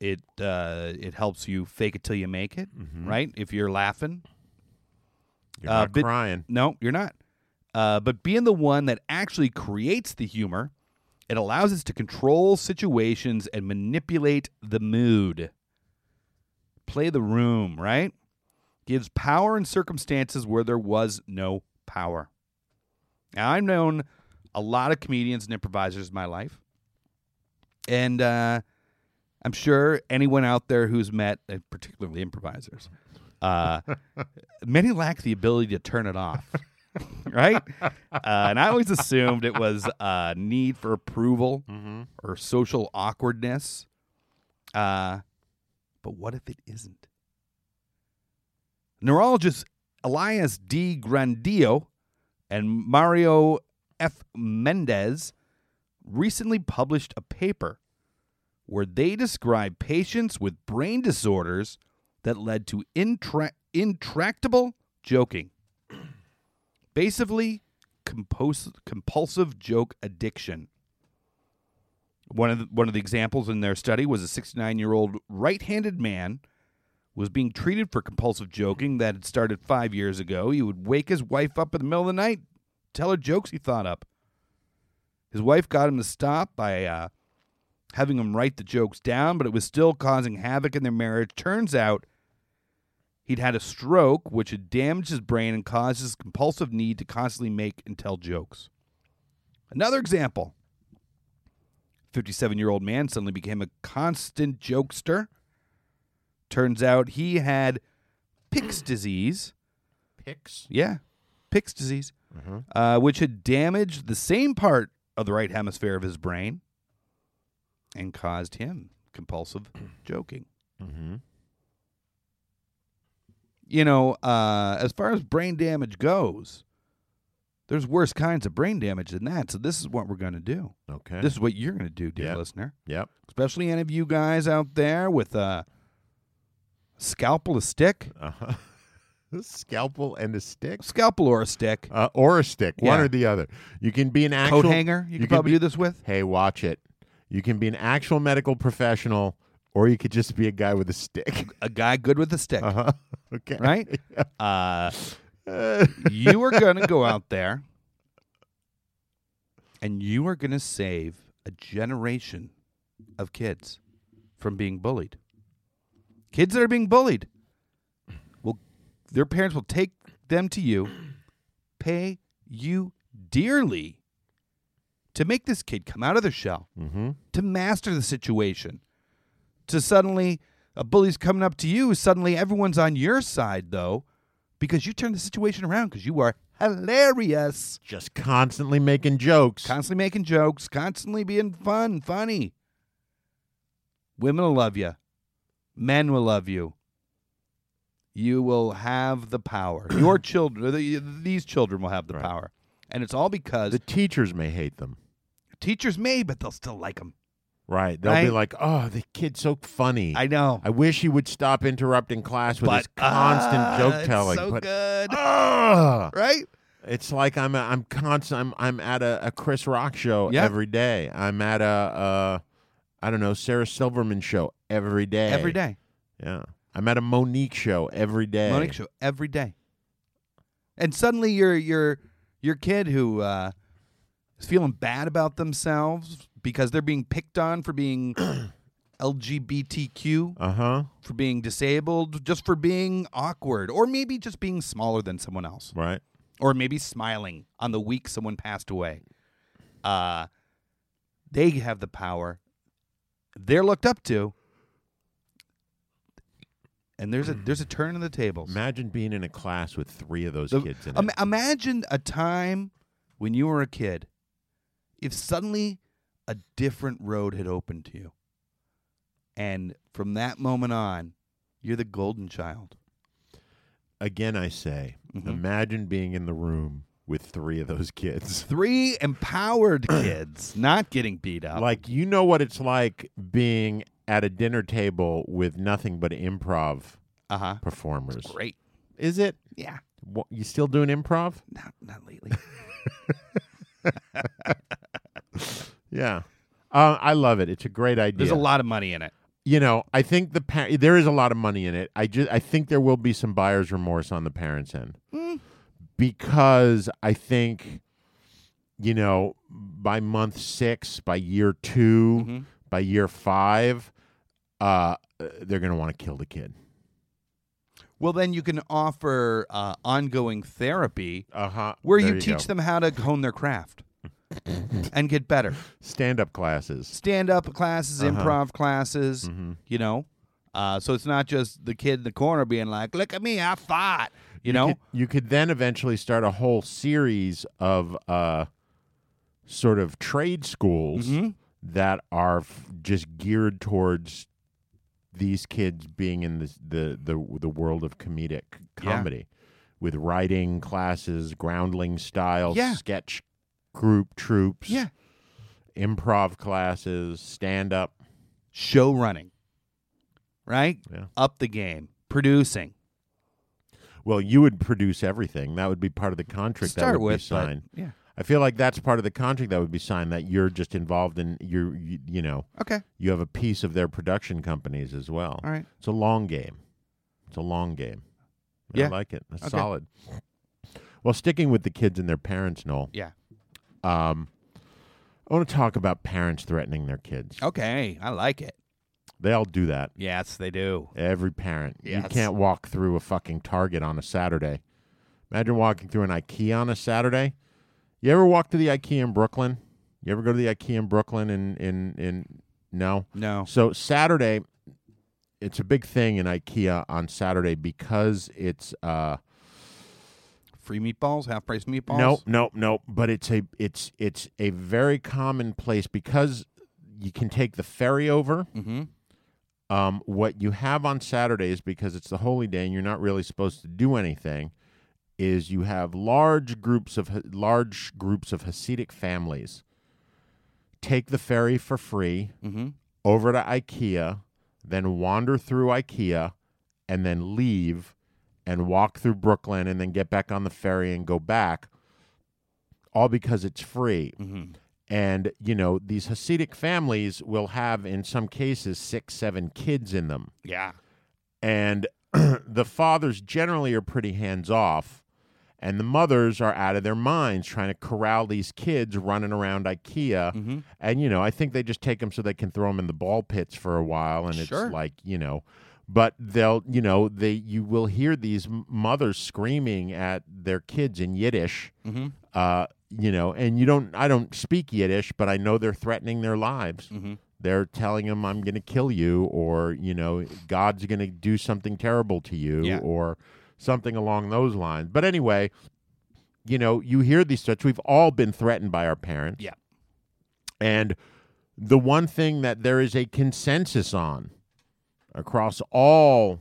Speaker 7: it uh, it helps you fake it till you make it, right? If you're laughing,
Speaker 6: You're
Speaker 7: Uh,
Speaker 6: not
Speaker 7: but-
Speaker 6: crying.
Speaker 7: no, you're not. Uh, but being the one that actually creates the humor, it allows us to control situations and manipulate the mood. Play the room, right? Gives power in circumstances where there was no power. Now, I've known a lot of comedians and improvisers in my life. And uh, I'm sure anyone out there who's met, uh, particularly improvisers, uh, many lack the ability to turn it off. right? Uh, and I always assumed it was uh, need for approval or social awkwardness. Uh, but what if it isn't? Neurologists Elias D. Grandio and Mario F. Mendez recently published a paper where they describe patients with brain disorders that led to intra- intractable joking. Basically, compos- compulsive joke addiction. One of the, one of the examples in their study was a 69-year-old right-handed man was being treated for compulsive joking that had started 5 years ago. He would wake his wife up in the middle of the night, tell her jokes he thought up. His wife got him to stop by uh, having him write the jokes down, but it was still causing havoc in their marriage. Turns out he'd had a stroke, which had damaged his brain and caused his compulsive need to constantly make and tell jokes. Another example 57 year old man suddenly became a constant jokester. Turns out he had Pick's disease.
Speaker 6: Picks.
Speaker 7: Yeah, Pick's disease, uh, which had damaged the same part of the right hemisphere of his brain and caused him compulsive joking.
Speaker 6: Mm-hmm.
Speaker 7: You know, uh, as far as brain damage goes, there's worse kinds of brain damage than that. So this is what we're going to do.
Speaker 6: Okay.
Speaker 7: This is what you're going to do, dear
Speaker 6: Yeah.
Speaker 7: listener
Speaker 6: Yep.
Speaker 7: especially any of you guys out there with a scalpel, a stick,
Speaker 6: Uh-huh. Scalpel and a stick.
Speaker 7: scalpel or a stick,
Speaker 6: Uh, or a stick, one
Speaker 7: Yeah.
Speaker 6: or the other. You can be an actual
Speaker 7: coat hanger. You, could
Speaker 6: can
Speaker 7: probably
Speaker 6: be-
Speaker 7: do this with.
Speaker 6: Hey, watch it. You can be an actual medical professional, or you could just be a guy with a stick.
Speaker 7: A guy good with a stick,
Speaker 6: Uh-huh. Okay.
Speaker 7: right? Uh, you are going to go out there and you are going to save a generation of kids from being bullied. Kids that are being bullied, will their parents will take them to you, pay you dearly to make this kid come out of their shell, to master the situation, to suddenly a bully's coming up to you. Suddenly everyone's on your side though, because you turn the situation around because you are hilarious
Speaker 6: Just constantly making jokes.
Speaker 7: constantly making jokes, constantly being fun, funny. Women will love you. Men will love you. You will have the power. Your children, th- these children will have the
Speaker 6: Right.
Speaker 7: power. And it's all because
Speaker 6: the teachers may hate them.
Speaker 7: teachers may, but they'll still like them.
Speaker 6: Right. They'll be
Speaker 7: Right?
Speaker 6: like, "Oh, the kid's so funny."
Speaker 7: I know.
Speaker 6: I wish he would stop interrupting class with
Speaker 7: but
Speaker 6: his constant
Speaker 7: ah,
Speaker 6: joke
Speaker 7: it's
Speaker 6: telling.
Speaker 7: so
Speaker 6: but
Speaker 7: good,
Speaker 6: ah,
Speaker 7: right?
Speaker 6: it's like I'm a, I'm constant. I'm I'm at a, a Chris Rock show
Speaker 7: Yeah.
Speaker 6: every day. I'm at a uh, I don't know Sarah Silverman show every day.
Speaker 7: Every day,
Speaker 6: Yeah. I'm at a Monique show every day.
Speaker 7: Monique show every day, and suddenly your your your kid who uh, is feeling bad about themselves because they're being picked on for being LGBTQ,
Speaker 6: Uh huh.
Speaker 7: for being disabled, just for being awkward, or maybe just being smaller than someone else.
Speaker 6: Right.
Speaker 7: or maybe smiling on the week someone passed away. Uh, they have the power. They're looked up to. And there's a there's a turn in the tables.
Speaker 6: Imagine being in a class with three of those
Speaker 7: The-
Speaker 6: kids in
Speaker 7: im-
Speaker 6: it.
Speaker 7: imagine a time when you were a kid, if suddenly a different road had opened to you, and from that moment on, you're the golden child.
Speaker 6: Again, I say,
Speaker 7: Mm-hmm.
Speaker 6: imagine being in the room with three of those kids.
Speaker 7: Three empowered kids, not getting beat up.
Speaker 6: Like you know what it's like being at a dinner table with nothing but improv
Speaker 7: uh huh.
Speaker 6: performers.
Speaker 7: Great.
Speaker 6: Is it?
Speaker 7: Yeah.
Speaker 6: Wha- You still doing improv?
Speaker 7: Not not lately.
Speaker 6: Yeah. Uh, I love it. It's a great idea.
Speaker 7: There's a lot of money in it.
Speaker 6: You know, I think the par- there is a lot of money in it. I just I think there will be some buyer's remorse on the parents' end because I think, you know, by month six, by year 2 by year five, uh, they're gonna want to kill the kid.
Speaker 7: Well, then you can offer uh, ongoing therapy
Speaker 6: Uh huh.
Speaker 7: where you, teach them how to hone their craft and get better.
Speaker 6: stand up classes.
Speaker 7: Stand up classes,
Speaker 6: Uh-huh.
Speaker 7: improv classes,
Speaker 6: Mm-hmm.
Speaker 7: you know. Uh, so it's not just the kid in the corner being like, look at me, I fought, you know.
Speaker 6: Could- you could then eventually start a whole series of uh, sort of trade schools
Speaker 7: Mm-hmm.
Speaker 6: that are f- just geared towards these kids being in this, the the the world of comedic comedy, with writing classes, groundling style,
Speaker 7: Yeah.
Speaker 6: sketch group troops,
Speaker 7: yeah.
Speaker 6: improv classes, stand up.
Speaker 7: Show running, right?
Speaker 6: Yeah.
Speaker 7: Up the game, producing.
Speaker 6: Well, you would produce everything. That would be part of the contract
Speaker 7: Start
Speaker 6: that would
Speaker 7: with,
Speaker 6: be
Speaker 7: but-
Speaker 6: signed.
Speaker 7: yeah.
Speaker 6: I feel like that's part of the contract that would be signed that you're just involved in you're you, you know,
Speaker 7: Okay.
Speaker 6: you have a piece of their production companies as well.
Speaker 7: All right.
Speaker 6: It's a long game. It's a long game.
Speaker 7: Yeah.
Speaker 6: I like it. That's
Speaker 7: Okay.
Speaker 6: solid. Well, sticking with the kids and their parents, Noel.
Speaker 7: Yeah.
Speaker 6: Um I want to talk about parents threatening their
Speaker 7: Oh.
Speaker 6: kids.
Speaker 7: Okay. I like it.
Speaker 6: They all do that.
Speaker 7: Yes, they do.
Speaker 6: Every parent. You
Speaker 7: Yes.
Speaker 6: can't walk through a fucking Target on a Saturday. Imagine walking through an IKEA on a Saturday. You ever walk to the IKEA in Brooklyn? You ever go to the IKEA in Brooklyn in in in no?
Speaker 7: No.
Speaker 6: So Saturday it's a big thing in IKEA on Saturday because it's uh
Speaker 7: Free meatballs, half price meatballs.
Speaker 6: no, no, no. But it's a it's it's a very common place because you can take the ferry over.
Speaker 7: Mhm.
Speaker 6: Um, what you have on Saturdays because it's the holy day and you're not really supposed to do anything is you have large groups of Ha- large groups of Hasidic families take the ferry for free
Speaker 7: Mhm.
Speaker 6: over to IKEA, then wander through IKEA, and then leave and walk through Brooklyn and then get back on the ferry and go back, all because it's free.
Speaker 7: Mm-hmm.
Speaker 6: And, you know, these Hasidic families will have, in some cases, six, seven kids in them
Speaker 7: Yeah.
Speaker 6: and the fathers generally are pretty hands off and the mothers are out of their minds trying to corral these kids running around ikea
Speaker 7: Mm-hmm.
Speaker 6: and you know i think they just take them so they can throw them in the ball pits for a while and it's
Speaker 7: Sure.
Speaker 6: like you know but they'll you know they you will hear these m- mothers screaming at their kids in yiddish uh, you know and you don't i don't speak yiddish but i know they're threatening their lives
Speaker 7: Mm-hmm.
Speaker 6: they're telling him i'm going to kill you or you know god's going to do something terrible to you
Speaker 7: Yeah.
Speaker 6: or something along those lines but anyway you know you hear these threats we've all been threatened by our parents
Speaker 7: Yeah.
Speaker 6: and the one thing that there is a consensus on across all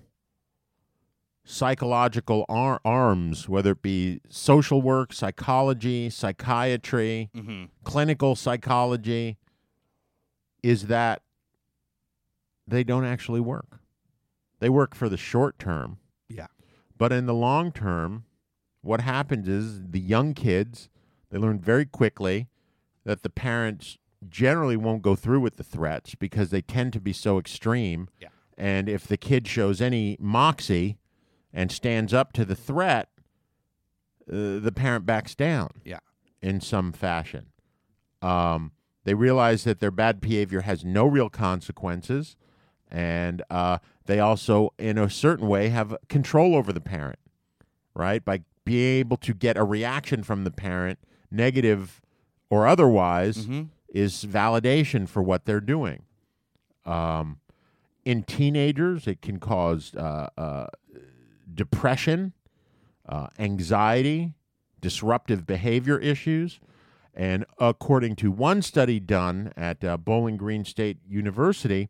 Speaker 6: psychological ar- arms, whether it be social work,
Speaker 7: Mm-hmm.
Speaker 6: psychology, psychiatry, clinical psychology, is that they don't actually work. They work for the short term.
Speaker 7: Yeah.
Speaker 6: But in the long term, what happens is the young kids, they learn very quickly that the parents generally won't go through with the threats because they tend to be so extreme.
Speaker 7: Yeah.
Speaker 6: And if the kid shows any moxie and stands up to the threat, uh, the parent backs down
Speaker 7: Yeah.
Speaker 6: in some fashion. Um, they realize that their bad behavior has no real consequences, and uh, they also, in a certain way, have control over the parent, right? By being able to get a reaction from the parent, negative or otherwise, is validation for what they're doing. Um, in teenagers, it can cause uh, uh, depression, uh, anxiety, disruptive behavior issues. And according to one study done at uh, Bowling Green State University,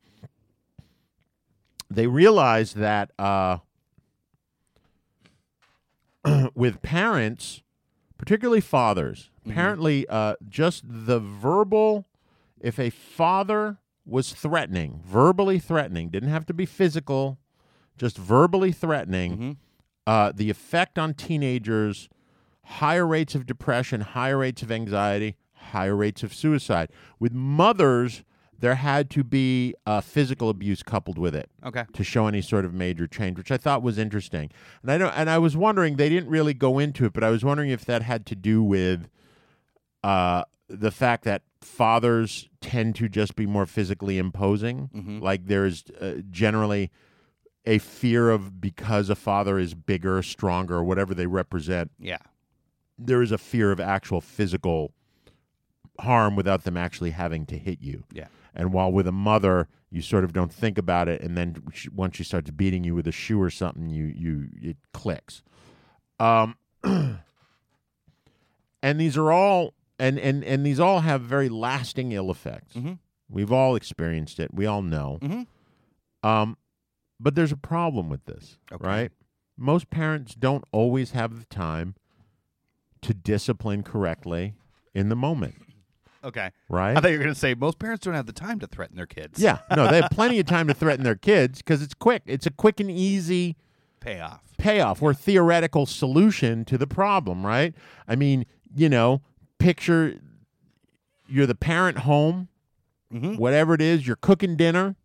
Speaker 6: they realized that uh, with parents, particularly fathers, apparently uh, just the verbal, if a father was threatening, verbally threatening, didn't have to be physical, just verbally threatening, uh, the effect on teenagers higher rates of depression, higher rates of anxiety, higher rates of suicide. With mothers, there had to be uh, physical abuse coupled with it
Speaker 7: Okay.
Speaker 6: to show any sort of major change, which I thought was interesting. And I don't, and I was wondering they didn't really go into it, but I was wondering if that had to do with uh, the fact that fathers tend to just be more physically imposing. Like there is uh, generally a fear of because a father is bigger, stronger, whatever they represent,
Speaker 7: Yeah.
Speaker 6: there is a fear of actual physical harm without them actually having to hit you.
Speaker 7: Yeah.
Speaker 6: And while with a mother, you sort of don't think about it, and then sh- once she starts beating you with a shoe or something, you you it clicks. Um, and these are all and and and these all have very lasting ill effects.
Speaker 7: Mm-hmm.
Speaker 6: We've all experienced it. We all know. Um, but there's a problem with this,
Speaker 7: Mm-hmm. Okay.
Speaker 6: right? Most parents don't always have the time to discipline correctly in the moment,
Speaker 7: Okay.
Speaker 6: right?
Speaker 7: I thought you were going to say most parents don't have the time to threaten their kids.
Speaker 6: Yeah, no, they have plenty of time to threaten their kids because it's quick. It's a quick and easy
Speaker 7: Pay off.
Speaker 6: payoff or theoretical solution to the problem, right? I mean, you know, picture you're the parent home,
Speaker 7: Mm-hmm.
Speaker 6: whatever it is, you're cooking dinner,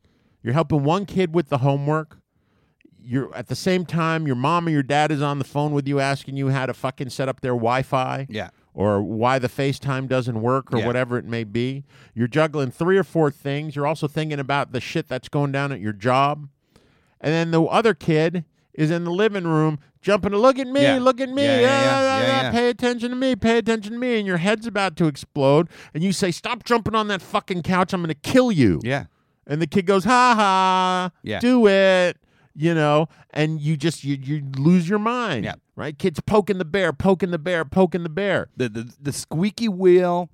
Speaker 6: you're helping one kid with the homework. You're at the same time, your mom or your dad is on the phone with you asking you how to fucking set up their Wi Fi
Speaker 7: Yeah.
Speaker 6: or why the FaceTime doesn't work or
Speaker 7: Yeah.
Speaker 6: whatever it may be. You're juggling three or four things. You're also thinking about the shit that's going down at your job. And then the other kid is in the living room jumping, look at me,
Speaker 7: Yeah.
Speaker 6: look at me, ah,
Speaker 7: Yeah, yeah, yeah.
Speaker 6: ah,
Speaker 7: Yeah,
Speaker 6: ah,
Speaker 7: yeah.
Speaker 6: pay attention to me, pay attention to me. And your head's about to explode. And you say, stop jumping on that fucking couch. I'm going to kill you.
Speaker 7: Yeah.
Speaker 6: And the kid goes, ha ha,
Speaker 7: Yeah.
Speaker 6: do it, you know, and you just, you, you lose your mind.
Speaker 7: Yeah.
Speaker 6: Right? Kids poking the bear, poking the bear, poking the bear.
Speaker 7: The, the the squeaky wheel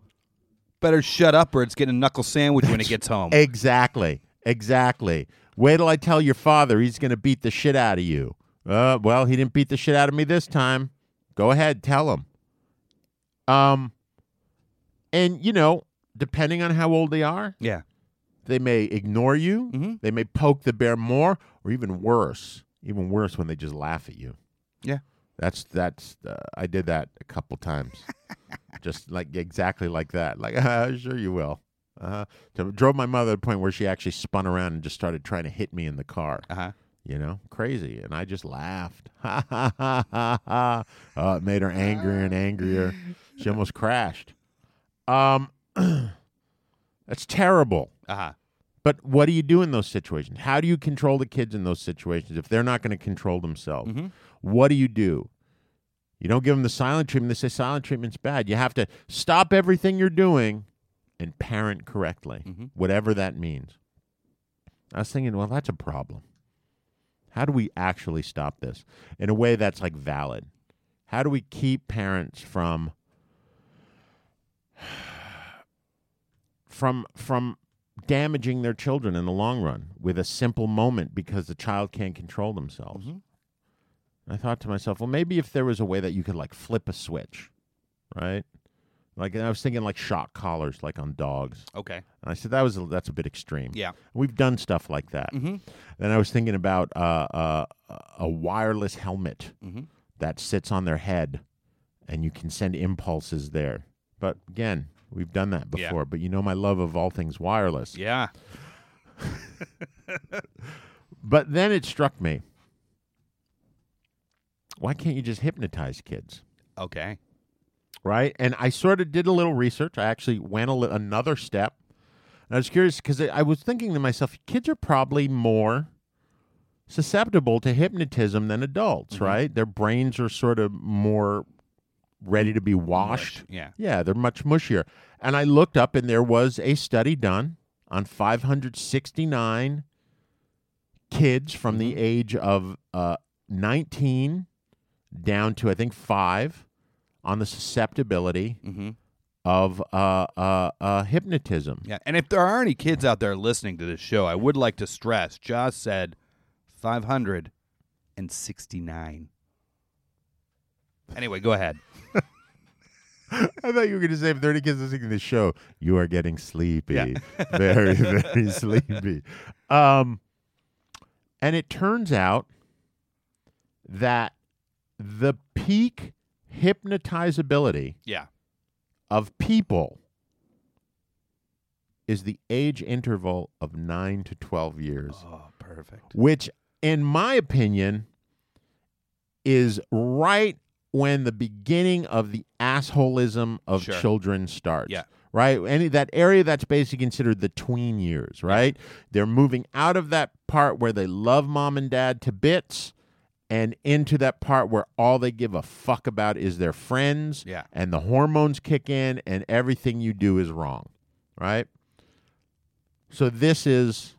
Speaker 7: better shut up or it's getting a knuckle sandwich when it gets home.
Speaker 6: Exactly. Exactly. Wait till I tell your father he's going to beat the shit out of you. Uh, well, he didn't beat the shit out of me this time. Go ahead, tell him. Um, and you know, depending on how old they are,
Speaker 7: yeah.
Speaker 6: they may ignore you.
Speaker 7: Mm-hmm.
Speaker 6: They may poke the bear more, or even worse, even worse when they just laugh at you.
Speaker 7: Yeah.
Speaker 6: That's that's uh, I did that a couple times, just like exactly like that. Like uh, sure you will. Uh, to- drove my mother to the point where she actually spun around and just started trying to hit me in the car.
Speaker 7: Uh-huh.
Speaker 6: You know, crazy, and I just laughed. Ha ha ha ha ha. Uh, it made her angrier and angrier. She almost crashed. Um, that's terrible.
Speaker 7: Uh-huh.
Speaker 6: But what do you do in those situations? How do you control the kids in those situations if they're not going to control themselves? What do you do? You don't give them the silent treatment. They say silent treatment's bad. You have to stop everything you're doing and parent correctly, whatever that means. I was thinking, well, that's a problem. How do we actually stop this in a way that's like valid? How do we keep parents from from from damaging their children in the long run with a simple moment because the child can't control themselves. I thought to myself, well, maybe if there was a way that you could like flip a switch, right? Like and I was thinking like shock collars, like on dogs.
Speaker 7: Okay.
Speaker 6: And I said that was a, that's a bit extreme.
Speaker 7: Yeah. Mm-hmm.
Speaker 6: we've done stuff like that. Then I was thinking about uh, uh, a wireless helmet
Speaker 7: Mm-hmm.
Speaker 6: that sits on their head, and you can send impulses there. But again, we've done that
Speaker 7: Yeah.
Speaker 6: before. But you know my love of all things wireless.
Speaker 7: Yeah.
Speaker 6: But then it struck me. Why can't you just hypnotize kids?
Speaker 7: Okay.
Speaker 6: right? And I sort of did a little research. I actually went a li- another step. And I was curious because I I was thinking to myself, kids are probably more susceptible to hypnotism than adults, right? Their brains are sort of more ready to be washed.
Speaker 7: Yeah.
Speaker 6: Yeah, they're much mushier. And I looked up, and there was a study done on 569 kids from the age of uh, 19 down to, I think, five on the susceptibility
Speaker 7: Mhm.
Speaker 6: of uh, uh, uh, hypnotism.
Speaker 7: Yeah. And if there are any kids out there listening to this show, I would like to stress Josh said 569. Anyway, go ahead.
Speaker 6: I thought you were going to say 30 kids listening to the show, you are getting sleepy. very, very sleepy. Um, and it turns out that the peak hypnotizability
Speaker 7: Yeah.
Speaker 6: of people is the age interval of 9 to 12 years
Speaker 7: Oh, perfect.
Speaker 6: which in my opinion is right when the beginning of the assholism of
Speaker 7: Sure.
Speaker 6: children starts
Speaker 7: Yeah.
Speaker 6: right any that area that's basically considered the tween years right they're moving out of that part where they love mom and dad to bits and into that part where all they give a fuck about is their friends
Speaker 7: Yeah.
Speaker 6: and the hormones kick in and everything you do is wrong right so this is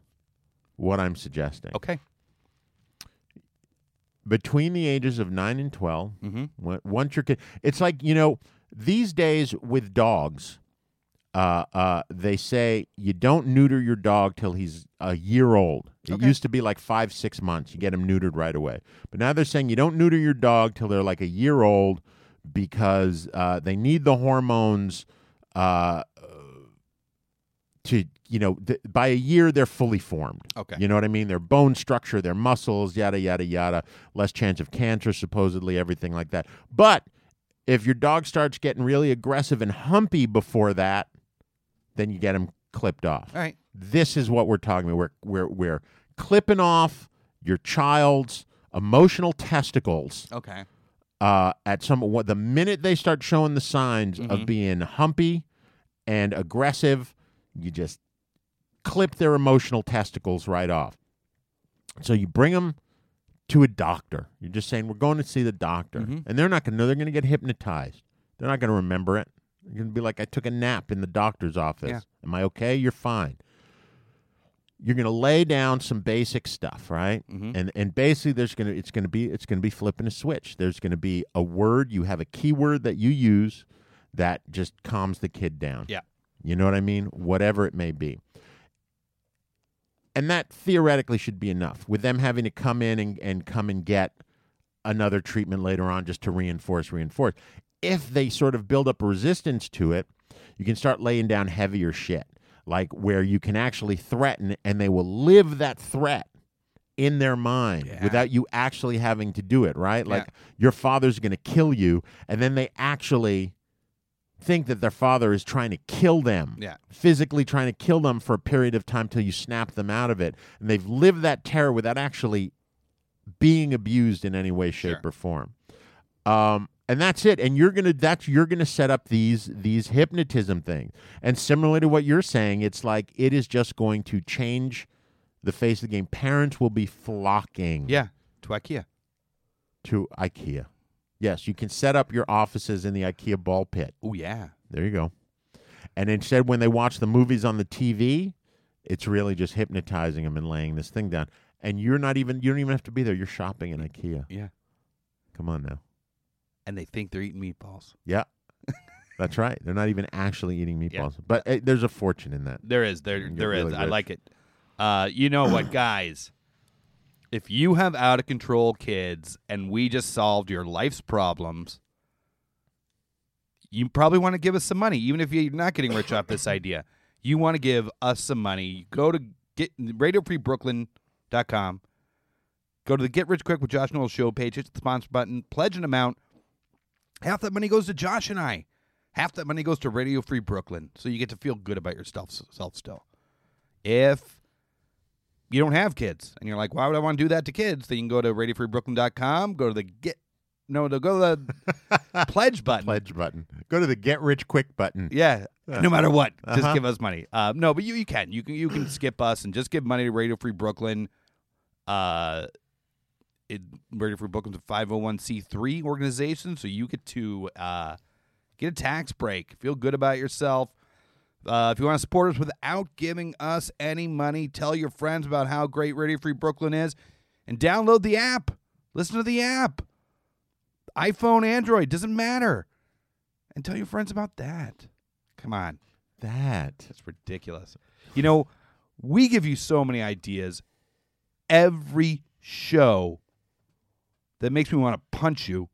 Speaker 6: what i'm suggesting
Speaker 7: Okay.
Speaker 6: between the ages of nine and 12
Speaker 7: Mm-hmm.
Speaker 6: when- once your kid it's like you know these days with dogs uh, uh, they say you don't neuter your dog till he's a year old it used to be like five six months you get him neutered right away but now they're saying you don't neuter your dog till they're like a year old because uh, they need the hormones uh, to you know th- by a year they're fully formed
Speaker 7: Okay.
Speaker 6: you know what i mean their bone structure their muscles yada yada yada less chance of cancer supposedly everything like that but if your dog starts getting really aggressive and humpy before that then you get him clipped off
Speaker 7: All right.
Speaker 6: this is what we're talking about we're we're, we're clipping off your child's emotional testicles
Speaker 7: Okay.
Speaker 6: uh, at some what the minute they start showing the signs of being humpy and aggressive, you just clip their emotional testicles right off. So you bring them to a doctor. You're just saying we're going to see the doctor, and they're not going to know. They're going to get hypnotized. They're not going to remember it. They're going to be like, I took a nap in the doctor's office.
Speaker 7: Yeah.
Speaker 6: Am I okay? You're fine you're going to lay down some basic stuff, right? And and basically there's going to it's going to be it's going to be flipping a switch. There's going to be a word, you have a keyword that you use that just calms the kid down.
Speaker 7: Yeah.
Speaker 6: You know what I mean? Whatever it may be. And that theoretically should be enough with them having to come in and, and come and get another treatment later on just to reinforce, reinforce. If they sort of build up resistance to it, you can start laying down heavier shit, like where you can actually threaten and they will live that threat in their mind without you actually having to do it, right? Like your father's going to kill you, and then they actually think that their father is trying to kill them
Speaker 7: Yeah.
Speaker 6: physically trying to kill them for a period of time till you snap them out of it and they've lived that terror without actually being abused in any way shape or form um, and that's it and you're gonna that's you're gonna set up these these hypnotism things and similar to what you're saying it's like it is just going to change the face of the game parents will be flocking
Speaker 7: Yeah. To IKEA.
Speaker 6: to ikea yes you can set up your offices in the ikea ball pit
Speaker 7: Oh, yeah.
Speaker 6: there you go. And instead, when they watch the movies on the TV, it's really just hypnotizing them and laying this thing down. And you're not even you don't even have to be there. You're shopping in IKEA.
Speaker 7: Yeah.
Speaker 6: Come on now.
Speaker 7: And they think they're eating meatballs.
Speaker 6: Yeah. That's right. They're not even actually eating meatballs.
Speaker 7: Yeah.
Speaker 6: But eh, there's a fortune in that.
Speaker 7: There is. There
Speaker 6: get
Speaker 7: there is.
Speaker 6: really
Speaker 7: I
Speaker 6: rich.
Speaker 7: like it. Uh, you know what, guys? If you have out of control kids and we just solved your life's problems, you probably want to give us some money, even if you're not getting rich off this idea. You want to give us some money. Go to get radiofreebrooklyn.com. Go to the Get Rich Quick with Josh Knowles show page. Hit the sponsor button. Pledge an amount. Half that money goes to Josh and I. Half that money goes to Radio Free Brooklyn. So you get to feel good about yourself self still. If you don't have kids and you're like, why would I want to do that to kids? Then you can go to radiofreebrooklyn.com, go to the get no, no, go to the pledge button.
Speaker 6: Pledge button. Go to the get rich quick button.
Speaker 7: Yeah. No matter what, just give us money. Uh, no, but you, you can. You can you can skip us and just give money to Radio Free Brooklyn. Uh, it, Radio Free Brooklyn's a 501c3 organization, so you get to uh, get a tax break. Feel good about yourself. Uh, if you want to support us without giving us any money, tell your friends about how great Radio Free Brooklyn is and download the app. Listen to the app. iPhone, Android, doesn't matter. And tell your friends about that. Come on.
Speaker 6: That.
Speaker 7: That's ridiculous. You know, we give you so many ideas every show that makes me want to punch you.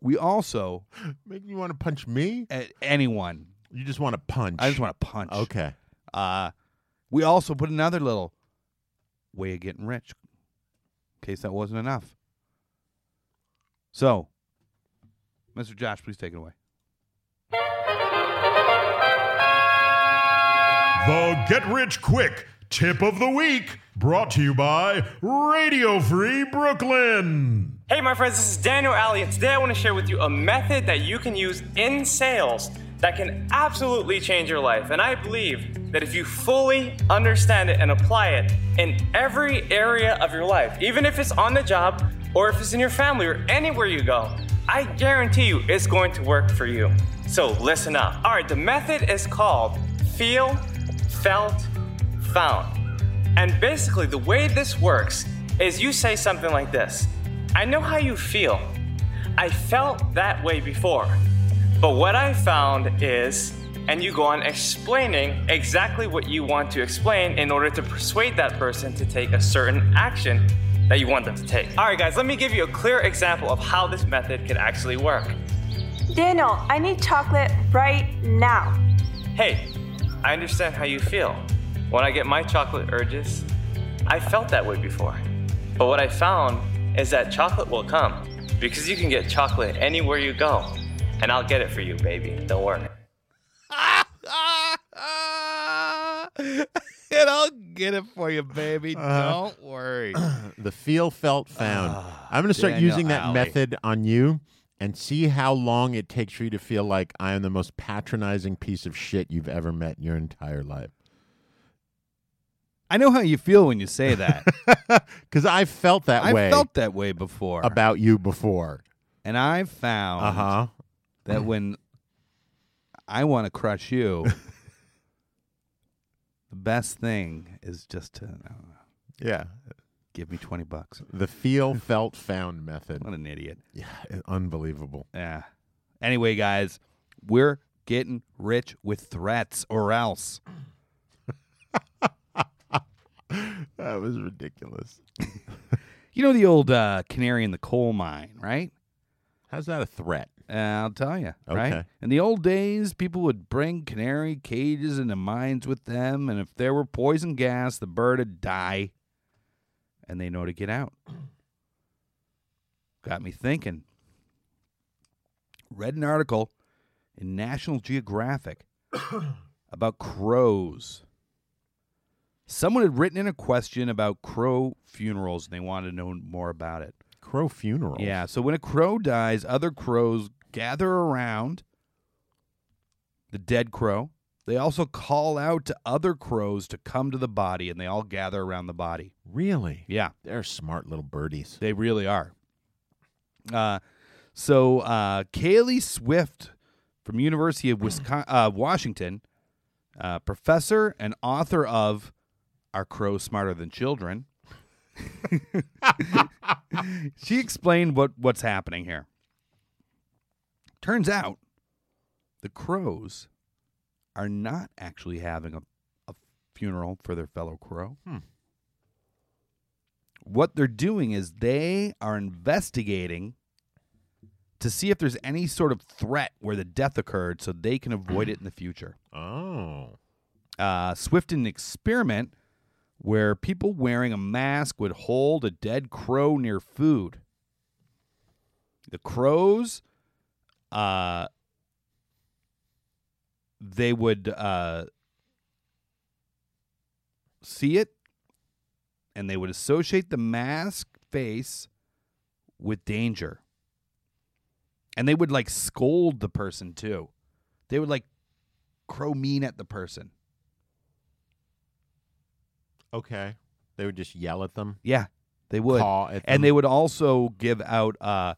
Speaker 7: We also,
Speaker 6: Make you want to punch me?
Speaker 7: at anyone,
Speaker 6: You just want to punch.
Speaker 7: I just want to punch.
Speaker 6: Okay.
Speaker 7: Uh, we also put another little way of getting rich, in case that wasn't enough. So, Mr. Josh, please take it away.
Speaker 8: The Get Rich Quick Tip of the Week, brought to you by Radio Free Brooklyn.
Speaker 9: Hey, my friends, this is Daniel Alley, and today I want to share with you a method that you can use in sales that can absolutely change your life. And I believe that if you fully understand it and apply it in every area of your life, even if it's on the job or if it's in your family or anywhere you go, I guarantee you it's going to work for you. So listen up. All right, the method is called feel, felt, found. And basically, the way this works is you say something like this I know how you feel. I felt that way before. But what I found is, and you go on explaining exactly what you want to explain in order to persuade that person to take a certain action that you want them to take. All right, guys, let me give you a clear example of how this method can actually work.
Speaker 10: Daniel, I need chocolate right now.
Speaker 9: Hey, I understand how you feel. When I get my chocolate urges, I felt that way before. But what I found is that chocolate will come because you can get chocolate anywhere you go. And I'll get it for you, baby. Don't worry.
Speaker 7: and I'll get it for you, baby. Don't worry.
Speaker 6: The feel, felt, found. I'm going to start
Speaker 7: Daniel
Speaker 6: using that
Speaker 7: Alley.
Speaker 6: method on you and see how long it takes for you to feel like I am the most patronizing piece of shit you've ever met in your entire life.
Speaker 7: I know how you feel when you say that.
Speaker 6: Because I felt that
Speaker 7: I
Speaker 6: way
Speaker 7: felt that way before.
Speaker 6: about you before.
Speaker 7: and I've found
Speaker 6: Uh huh.
Speaker 7: that when I want to crush you, the best thing is just to I don't know,
Speaker 6: Yeah.
Speaker 7: give me 20 bucks.
Speaker 6: The feel, felt, found method.
Speaker 7: What an idiot.
Speaker 6: Yeah, unbelievable.
Speaker 7: Yeah. Anyway, guys, we're getting rich with threats or else.
Speaker 6: That was ridiculous.
Speaker 7: You know the old uh, canary in the coal mine, right?
Speaker 6: How's that a threat?
Speaker 7: Uh, I'll tell you, right?
Speaker 6: Okay.
Speaker 7: In the old days, people would bring canary cages into mines with them, and if there were poison gas, the bird would die, and they know to get out. Got me thinking. Read an article in National Geographic about crows. Someone had written in a question about crow funerals, and they wanted to know more about it.
Speaker 6: Crow funeral.
Speaker 7: Yeah, so when a crow dies, other crows gather around the dead crow. They also call out to other crows to come to the body, and they all gather around the body.
Speaker 6: Really?
Speaker 7: Yeah,
Speaker 6: They're smart little birdies.
Speaker 7: they really are. Uh, so uh, Kaylee Swift from University of Wisconsin, uh, Washington, uh, professor and author of "Are Crows Smarter Than Children?" she explained what what's happening here. Turns out, the crows are not actually having a, a funeral for their fellow crow what they're doing is they are investigating to see if there's any sort of threat where the death occurred so they can avoid it in the future.
Speaker 6: Oh.
Speaker 7: Uh, Swift did an experiment where people wearing a mask would hold a dead crow near food. The crows, uh, they would uh, see it and they would associate the mask face with danger. And they would like scold the person too. They would like crow mean at the person.
Speaker 6: Okay. They would just yell at them.
Speaker 7: Yeah, they would.
Speaker 6: Caw at them.
Speaker 7: And they would also give out uh,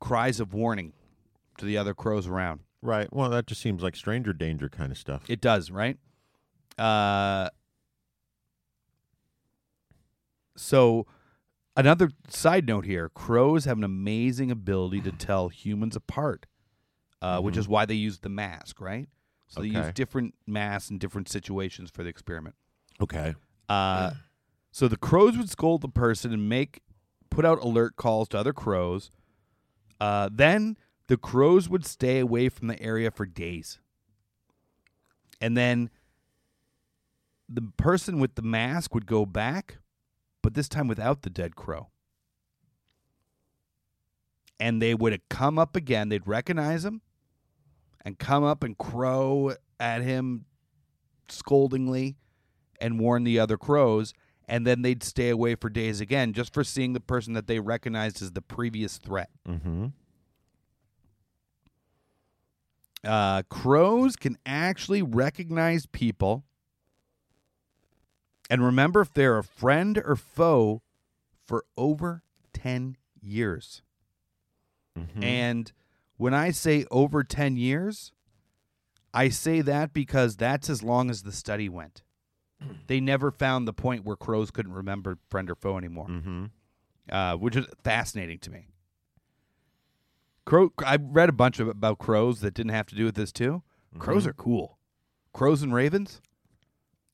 Speaker 7: cries of warning to the other crows around.
Speaker 6: Right. Well, that just seems like stranger danger kind of stuff.
Speaker 7: It does, right? Uh, so, another side note here crows have an amazing ability to tell humans apart, uh, which is why they use the mask, right? So, they
Speaker 6: Mm-hmm. Okay.
Speaker 7: use different masks in different situations for the experiment.
Speaker 6: Okay.
Speaker 7: Uh, so the crows would scold the person and make put out alert calls to other crows. Uh, then the crows would stay away from the area for days. And then the person with the mask would go back, but this time without the dead crow. And they would come up again. They'd recognize him and come up and crow at him scoldingly and warn the other crows, and then they'd stay away for days again just for seeing the person that they recognized as the previous threat.
Speaker 6: Mm-hmm.
Speaker 7: Uh, crows can actually recognize people and remember if they're a friend or foe for over 10 years. And when I say over 10 years, I say that because that's as long as the study went. They never found the point where crows couldn't remember friend or foe anymore,
Speaker 6: Mm-hmm.
Speaker 7: uh, which is fascinating to me. Crow, I read a bunch of about crows that didn't have to do with this too. Crows are cool. Crows and ravens.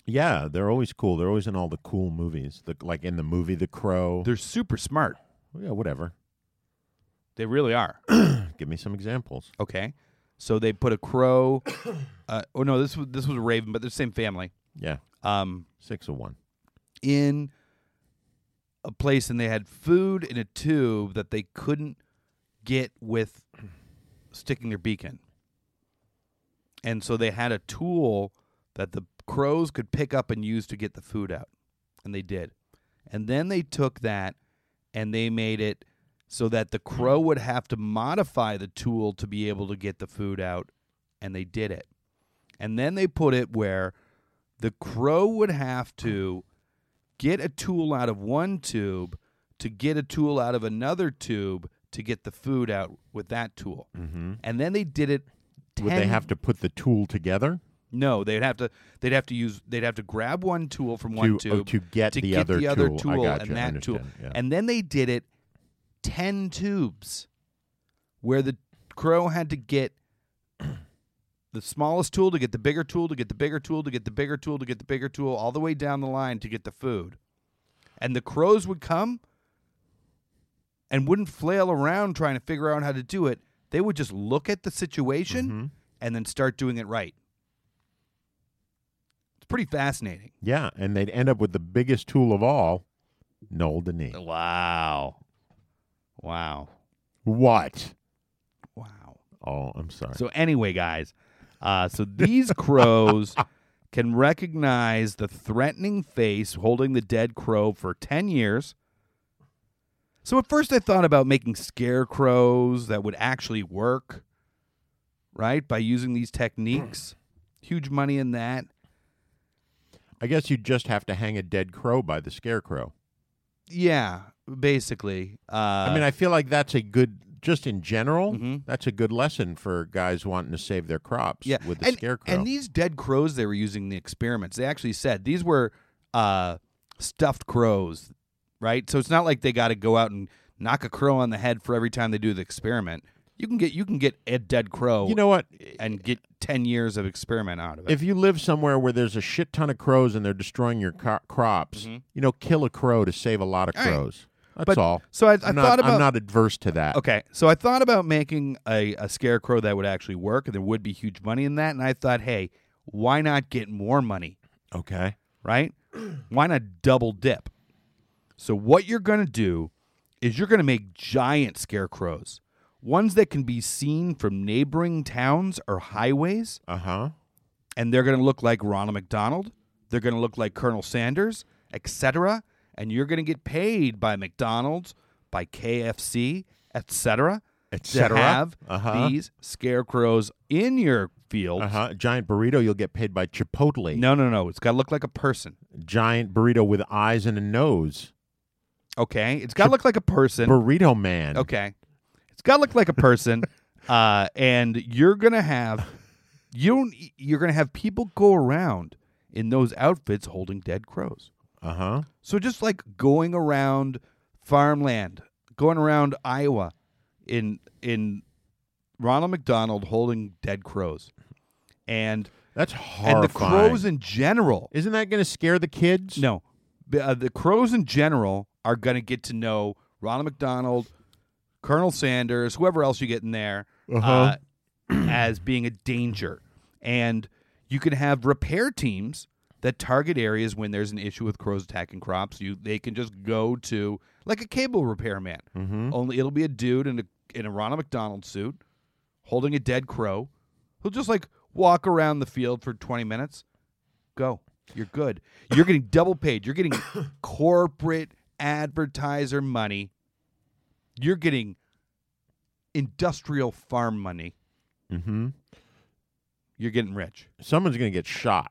Speaker 6: Yeah, they're always cool. They're always in all the cool movies. The, like in the movie The Crow.
Speaker 7: They're super smart.
Speaker 6: yeah, whatever.
Speaker 7: They really are.
Speaker 6: Give me some examples.
Speaker 7: okay, so they put a crow. Uh, oh no, this was this was a raven, but they're the same family.
Speaker 6: Yeah.
Speaker 7: Um,
Speaker 6: Six of one.
Speaker 7: in a place and they had food in a tube that they couldn't get with sticking their beak in. And so they had a tool that the crows could pick up and use to get the food out. And they did. And then they took that and they made it so that the crow would have to modify the tool to be able to get the food out. And they did it. And then they put it where the crow would have to get a tool out of one tube to get a tool out of another tube to get the food out with that tool. Mm-hmm. And then they did it. 10,
Speaker 6: Would they have to put the tool together?
Speaker 7: No, they'd have to. They'd have to use. They'd have to grab one tool from
Speaker 6: To-
Speaker 7: one
Speaker 6: oh,
Speaker 7: tube
Speaker 6: to get the other
Speaker 7: the other
Speaker 6: tool. I
Speaker 7: tool
Speaker 6: gotcha,
Speaker 7: and
Speaker 6: I
Speaker 7: that tool.
Speaker 6: understand, yeah.
Speaker 7: And then they did it ten tubes, where the crow had to get the smallest tool to get the bigger tool to get the bigger tool to get the bigger tool to get the bigger tool all the way down the line to get the food, and the crows would come and wouldn't flail around trying to figure out how to do it. They would just look at the situation and then start doing it right. It's pretty fascinating.
Speaker 6: Yeah, and they'd end up with the biggest tool of all, Noel Denis.
Speaker 7: Wow. Wow.
Speaker 6: What?
Speaker 7: Wow.
Speaker 6: Oh, I'm sorry.
Speaker 7: So anyway, guys, uh, so these crows can recognize the threatening face holding the dead crow for ten years. So at first I thought about making scarecrows that would actually work, right? By using these techniques. Huge money in that.
Speaker 6: I guess you just have to hang a dead crow by the scarecrow.
Speaker 7: Yeah, basically. Uh,
Speaker 6: I mean, I feel like that's a good, just in general,
Speaker 7: Mhm.
Speaker 6: that's a good lesson for guys wanting to save their crops
Speaker 7: yeah.
Speaker 6: with the
Speaker 7: and,
Speaker 6: scarecrow.
Speaker 7: And these dead crows they were using in the experiments, they actually said these were uh, stuffed crows, right? So it's not like they got to go out and knock a crow on the head for every time they do the experiment. You can get you can get a dead crow,
Speaker 6: you know what?
Speaker 7: and get ten years of experiment out of it.
Speaker 6: If you live somewhere where there's a shit ton of crows and they're destroying your co- crops, you know, kill a crow to save a lot of
Speaker 7: Mm-hmm. All right.
Speaker 6: crows. That's
Speaker 7: But-
Speaker 6: all.
Speaker 7: so I- I
Speaker 6: I'm not,
Speaker 7: thought
Speaker 6: I'm
Speaker 7: about-
Speaker 6: not adverse to that.
Speaker 7: Okay, so I thought about making a, a scarecrow that would actually work, and there would be huge money in that. And I thought, hey, why not get more money,
Speaker 6: Okay.
Speaker 7: right? why not double dip? So what you're gonna do is you're gonna make giant scarecrows, ones that can be seen from neighboring towns or highways,
Speaker 6: Uh huh.
Speaker 7: and they're gonna look like Ronald McDonald. They're gonna look like Colonel Sanders, etc. And you're gonna get paid by McDonald's, by KFC, etc
Speaker 6: Et
Speaker 7: to
Speaker 6: cetera.
Speaker 7: have
Speaker 6: Uh-huh.
Speaker 7: these scarecrows in your field.
Speaker 6: Uh huh. Giant burrito, you'll get paid by Chipotle.
Speaker 7: No, no, no. It's got to look like a person.
Speaker 6: Giant burrito with eyes and a nose.
Speaker 7: Okay, it's got to look like a person.
Speaker 6: Burrito man.
Speaker 7: okay, it's got to look like a person. uh, and you're gonna have you don't, you're gonna have people go around in those outfits holding dead crows.
Speaker 6: Uh huh.
Speaker 7: So just like going around farmland, going around Iowa in in Ronald McDonald holding dead crows. And
Speaker 6: That's horrifying.
Speaker 7: and the crows in general.
Speaker 6: Isn't that going to scare the kids?
Speaker 7: No, the, uh, the crows in general are going to get to know Ronald McDonald, Colonel Sanders, whoever else you get in there, uh, as being a danger. And you can have repair teams that target areas when there's an issue with crows attacking crops. You they can just go to like a cable repairman. Only it'll be a dude in a in a Ronald McDonald suit holding a dead crow. He'll just like walk around the field for 20 minutes. Go. You're good. You're getting double paid. You're getting corporate advertiser money. You're getting industrial farm money.
Speaker 6: Mm-hmm.
Speaker 7: You're getting rich.
Speaker 6: Someone's going to get shot.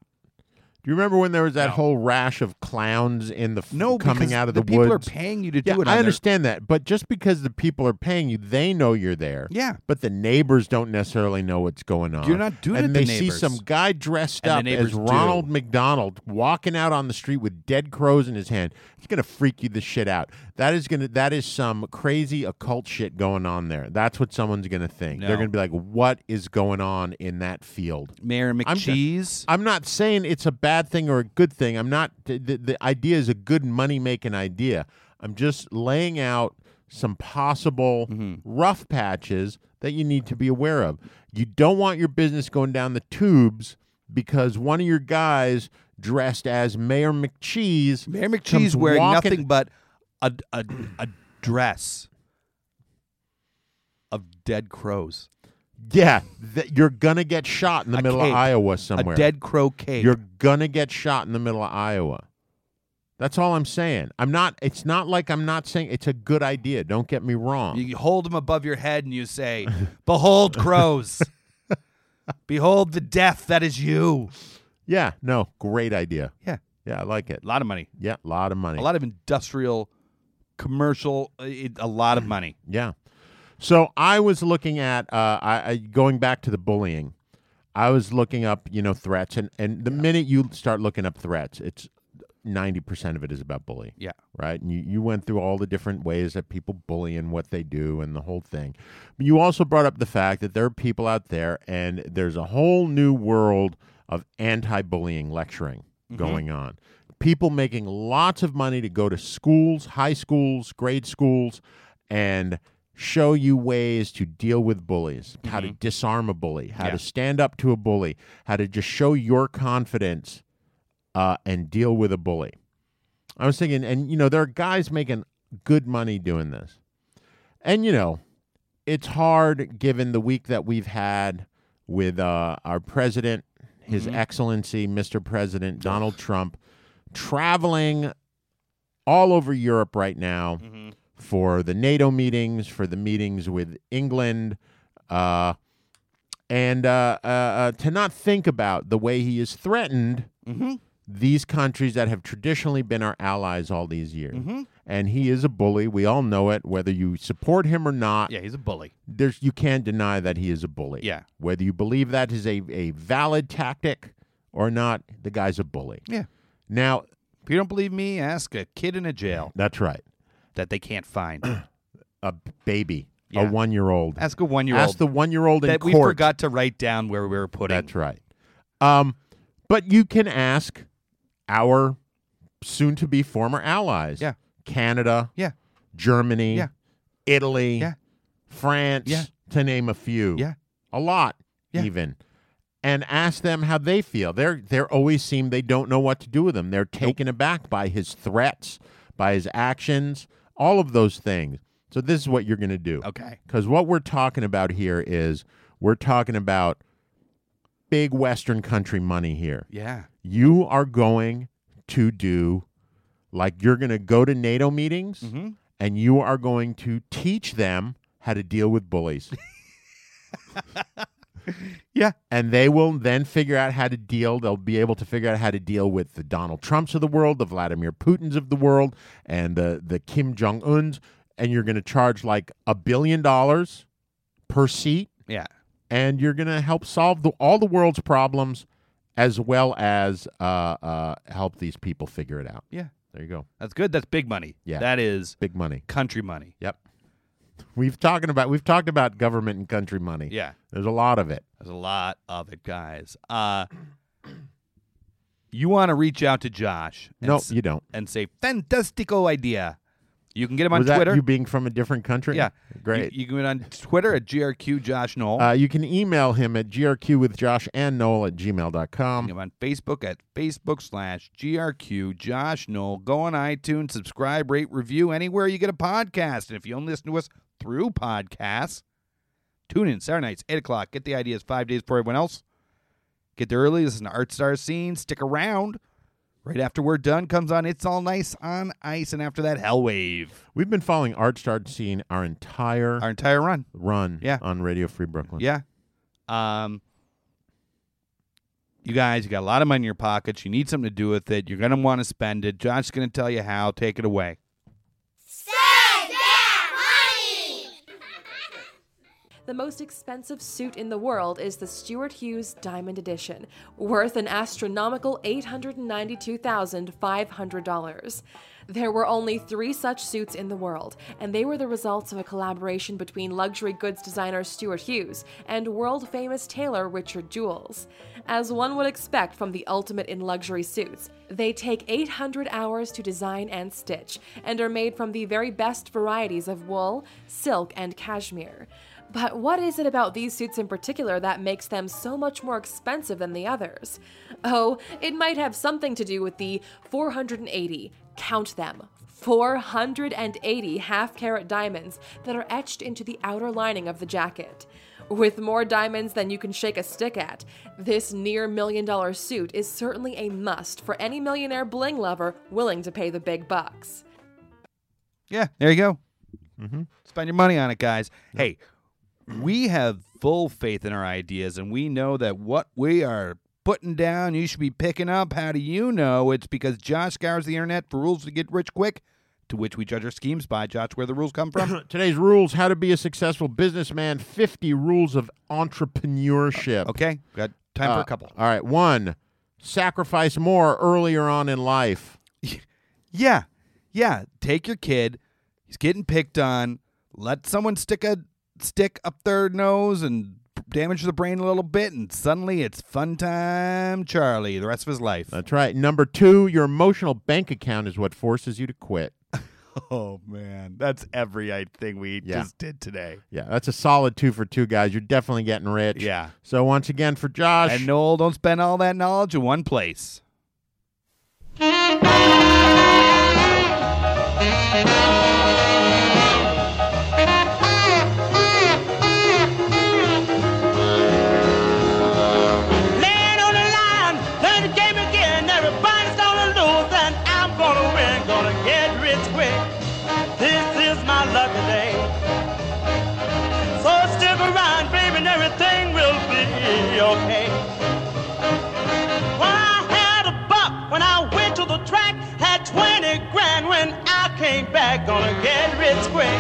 Speaker 6: Do you remember when there was that whole rash of clowns in the f-
Speaker 7: No,
Speaker 6: coming
Speaker 7: because
Speaker 6: out of
Speaker 7: the,
Speaker 6: the,
Speaker 7: people
Speaker 6: woods?
Speaker 7: are paying you to
Speaker 6: yeah,
Speaker 7: do it. on
Speaker 6: I
Speaker 7: their-
Speaker 6: understand that, but just because the people are paying you, they know you're there.
Speaker 7: Yeah.
Speaker 6: but the neighbors don't necessarily know what's going on.
Speaker 7: You're not doing
Speaker 6: and
Speaker 7: it
Speaker 6: they
Speaker 7: to
Speaker 6: see
Speaker 7: neighbors.
Speaker 6: some guy dressed
Speaker 7: And the
Speaker 6: up as
Speaker 7: neighbors do.
Speaker 6: Ronald McDonald walking out on the street with dead crows in his hand. It's gonna freak you the shit out. That is gonna that is some crazy occult shit going on there. That's what someone's gonna think. They're
Speaker 7: No.
Speaker 6: gonna be like, "What is going on in that field?"
Speaker 7: Mayor
Speaker 6: I'm-
Speaker 7: McCheese.
Speaker 6: I'm not saying it's a bad thing or a good thing. I'm not. The, the, the idea is a good money making idea. I'm just laying out some possible
Speaker 7: Mm-hmm.
Speaker 6: rough patches that you need to be aware of. You don't want your business going down the tubes because one of your guys dressed as Mayor McCheese.
Speaker 7: Mayor
Speaker 6: comes
Speaker 7: McCheese wearing
Speaker 6: walking-
Speaker 7: nothing but a, a, a dress of dead crows.
Speaker 6: Yeah, th- you're gonna get shot in the
Speaker 7: A
Speaker 6: middle of
Speaker 7: cape.
Speaker 6: Iowa somewhere.
Speaker 7: A dead crow cake.
Speaker 6: You're gonna get shot in the middle of Iowa. That's all I'm saying. I'm not. It's not like I'm not saying it's a good idea. Don't get me wrong.
Speaker 7: You hold them above your head and you say, Behold, crows. Behold the death that is you.
Speaker 6: yeah. No. Great idea.
Speaker 7: Yeah.
Speaker 6: Yeah. I like it.
Speaker 7: A lot of money.
Speaker 6: Yeah. A lot of money.
Speaker 7: A lot of industrial, commercial, uh, it, a lot of money.
Speaker 6: Yeah. So I was looking at uh, I, I going back to the bullying. I was looking up, you know, threats, and and the minute you start looking up threats, it's ninety percent of it is about bullying.
Speaker 7: Yeah.
Speaker 6: right? And you, you went through all the different ways that people bully and what they do and the whole thing. But you also brought up the fact that there are people out there and there's a whole new world of anti bullying lecturing going on. People making lots of money to go to schools, high schools, grade schools, and show you ways to deal with bullies, how to disarm a bully, how
Speaker 7: Yeah.
Speaker 6: to stand up to a bully, how to just show your confidence uh, and deal with a bully. I was thinking, and you know, there are guys making good money doing this. And you know, it's hard given the week that we've had with uh, our president, His Excellency, Mr. President Donald Trump, traveling all over Europe right now for the NATO meetings, for the meetings with England, uh, and uh, uh, uh, to not think about the way he is threatened these countries that have traditionally been our allies all these years. And he is a bully. We all know it. Whether you support him or not,
Speaker 7: Yeah, he's a bully.
Speaker 6: there's you can't deny that he is a bully.
Speaker 7: Yeah.
Speaker 6: Whether you believe that is a, a valid tactic or not, the guy's a bully.
Speaker 7: Yeah.
Speaker 6: Now,
Speaker 7: If you don't believe me, ask a kid in a jail
Speaker 6: that's right.
Speaker 7: that they can't find.
Speaker 6: A baby, a
Speaker 7: Yeah.
Speaker 6: one year old.
Speaker 7: ask a one year old
Speaker 6: Ask the one year old in
Speaker 7: that we
Speaker 6: court.
Speaker 7: forgot to write down where we were putting.
Speaker 6: That's right. Um, but you can ask our soon to be former allies.
Speaker 7: Yeah.
Speaker 6: Canada,
Speaker 7: Yeah.
Speaker 6: Germany,
Speaker 7: Yeah.
Speaker 6: Italy,
Speaker 7: Yeah.
Speaker 6: France,
Speaker 7: Yeah.
Speaker 6: to name a few.
Speaker 7: Yeah.
Speaker 6: A lot
Speaker 7: Yeah.
Speaker 6: even. And ask them how they feel. They're they're always seem they don't know what to do with him. They're taken aback by his threats, by his actions, all of those things. So this is what you're going to do.
Speaker 7: Okay.
Speaker 6: Cuz what we're talking about here is we're talking about big western country money here
Speaker 7: Yeah.
Speaker 6: you are going to do like you're going to go to NATO meetings and you are going to teach them how to deal with bullies.
Speaker 7: Yeah.
Speaker 6: and they will then figure out how to deal. They'll be able to figure out how to deal with the Donald Trumps of the world, the Vladimir Putins of the world, and the, the Kim Jong Uns. And you're going to charge like a billion dollars per seat
Speaker 7: Yeah.
Speaker 6: and you're going to help solve the, all the world's problems as well as uh, uh, help these people figure it out.
Speaker 7: Yeah.
Speaker 6: There you go.
Speaker 7: That's good. That's big money.
Speaker 6: Yeah.
Speaker 7: That is
Speaker 6: Big money.
Speaker 7: country money.
Speaker 6: Yep. We've talking about we've talked about government and country money.
Speaker 7: Yeah.
Speaker 6: There's a lot of it.
Speaker 7: There's a lot of it, guys. Uh you want to reach out to Josh. and
Speaker 6: No,
Speaker 7: s-
Speaker 6: you don't.
Speaker 7: And say fantastico idea. You can get him on
Speaker 6: Was
Speaker 7: Twitter.
Speaker 6: that you being from a different country?
Speaker 7: yeah.
Speaker 6: Great.
Speaker 7: You, you can get on Twitter at GRQ Josh Knoll.
Speaker 6: uh, you can email him at grq with Josh and Noel at
Speaker 7: Find
Speaker 6: gmail.com.
Speaker 7: him on Facebook at Facebook slash GRQ Josh Knoll. Go on iTunes, subscribe, rate, review anywhere you get a podcast. And if you only listen to us through podcasts, tune in Saturday nights, 8 o'clock. Get the ideas five days before everyone else. Get there early. Listen to Art Star Scene. Stick around. Right after we're done comes on It's All Nice on Ice. And after that, Hellwave.
Speaker 6: We've been following Art Start Scene our entire
Speaker 7: Our entire run.
Speaker 6: run
Speaker 7: Yeah.
Speaker 6: on Radio Free Brooklyn.
Speaker 7: Yeah. Um you guys, you got a lot of money in your pockets. You need something to do with it. You're gonna want to spend it. Josh's gonna tell you how. Take it away.
Speaker 11: The most expensive suit in the world is the Stuart Hughes Diamond Edition, worth an astronomical $892,500. There were only three such suits in the world, and they were the results of a collaboration between luxury goods designer Stuart Hughes and world famous tailor Richard Jewells. As one would expect from the ultimate in luxury suits, they take 800 hours to design and stitch, and are made from the very best varieties of wool, silk, and cashmere. But what is it about these suits in particular that makes them so much more expensive than the others? Oh, it might have something to do with the 480, count them, 480 half carat diamonds that are etched into the outer lining of the jacket. With more diamonds than you can shake a stick at, this near million dollar suit is certainly a must for any millionaire bling lover willing to pay the big bucks.
Speaker 7: Yeah, there you go. Mm-hmm. Spend your money on it, guys. Hey, we have full faith in our ideas, and we know that what we are putting down, you should be picking up. How do you know? It's because Josh scours the internet for rules to get rich quick, to which we judge our schemes by. Josh, where the rules come from?
Speaker 6: Today's rules how to be a successful businessman, 50 rules of entrepreneurship.
Speaker 7: okay, got time for
Speaker 6: Uh,
Speaker 7: a couple.
Speaker 6: All right. One, sacrifice more earlier on in life.
Speaker 7: Yeah. Yeah. Take your kid. He's getting picked on. Let someone stick a stick up their nose and damage the brain a little bit, and suddenly it's fun time, Charlie, the rest of his life.
Speaker 6: That's right. Number two, your emotional bank account is what forces you to quit.
Speaker 7: oh, man. That's every I- thing we
Speaker 6: Yeah.
Speaker 7: did today.
Speaker 6: Yeah, that's a solid two for two, guys. You're definitely getting rich.
Speaker 7: Yeah.
Speaker 6: So once again, for Josh.
Speaker 7: And Noel, don't spend all that knowledge in one place.
Speaker 5: Land on the line, play the game again. Everybody's gonna lose, and I'm gonna win. Gonna get rich quick. This is my lucky day. So stick around, baby, and everything will be okay. When I had a buck, when I went to the track, had 20 grand when I came back. Gonna get rich quick.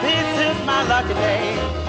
Speaker 5: This is my lucky day.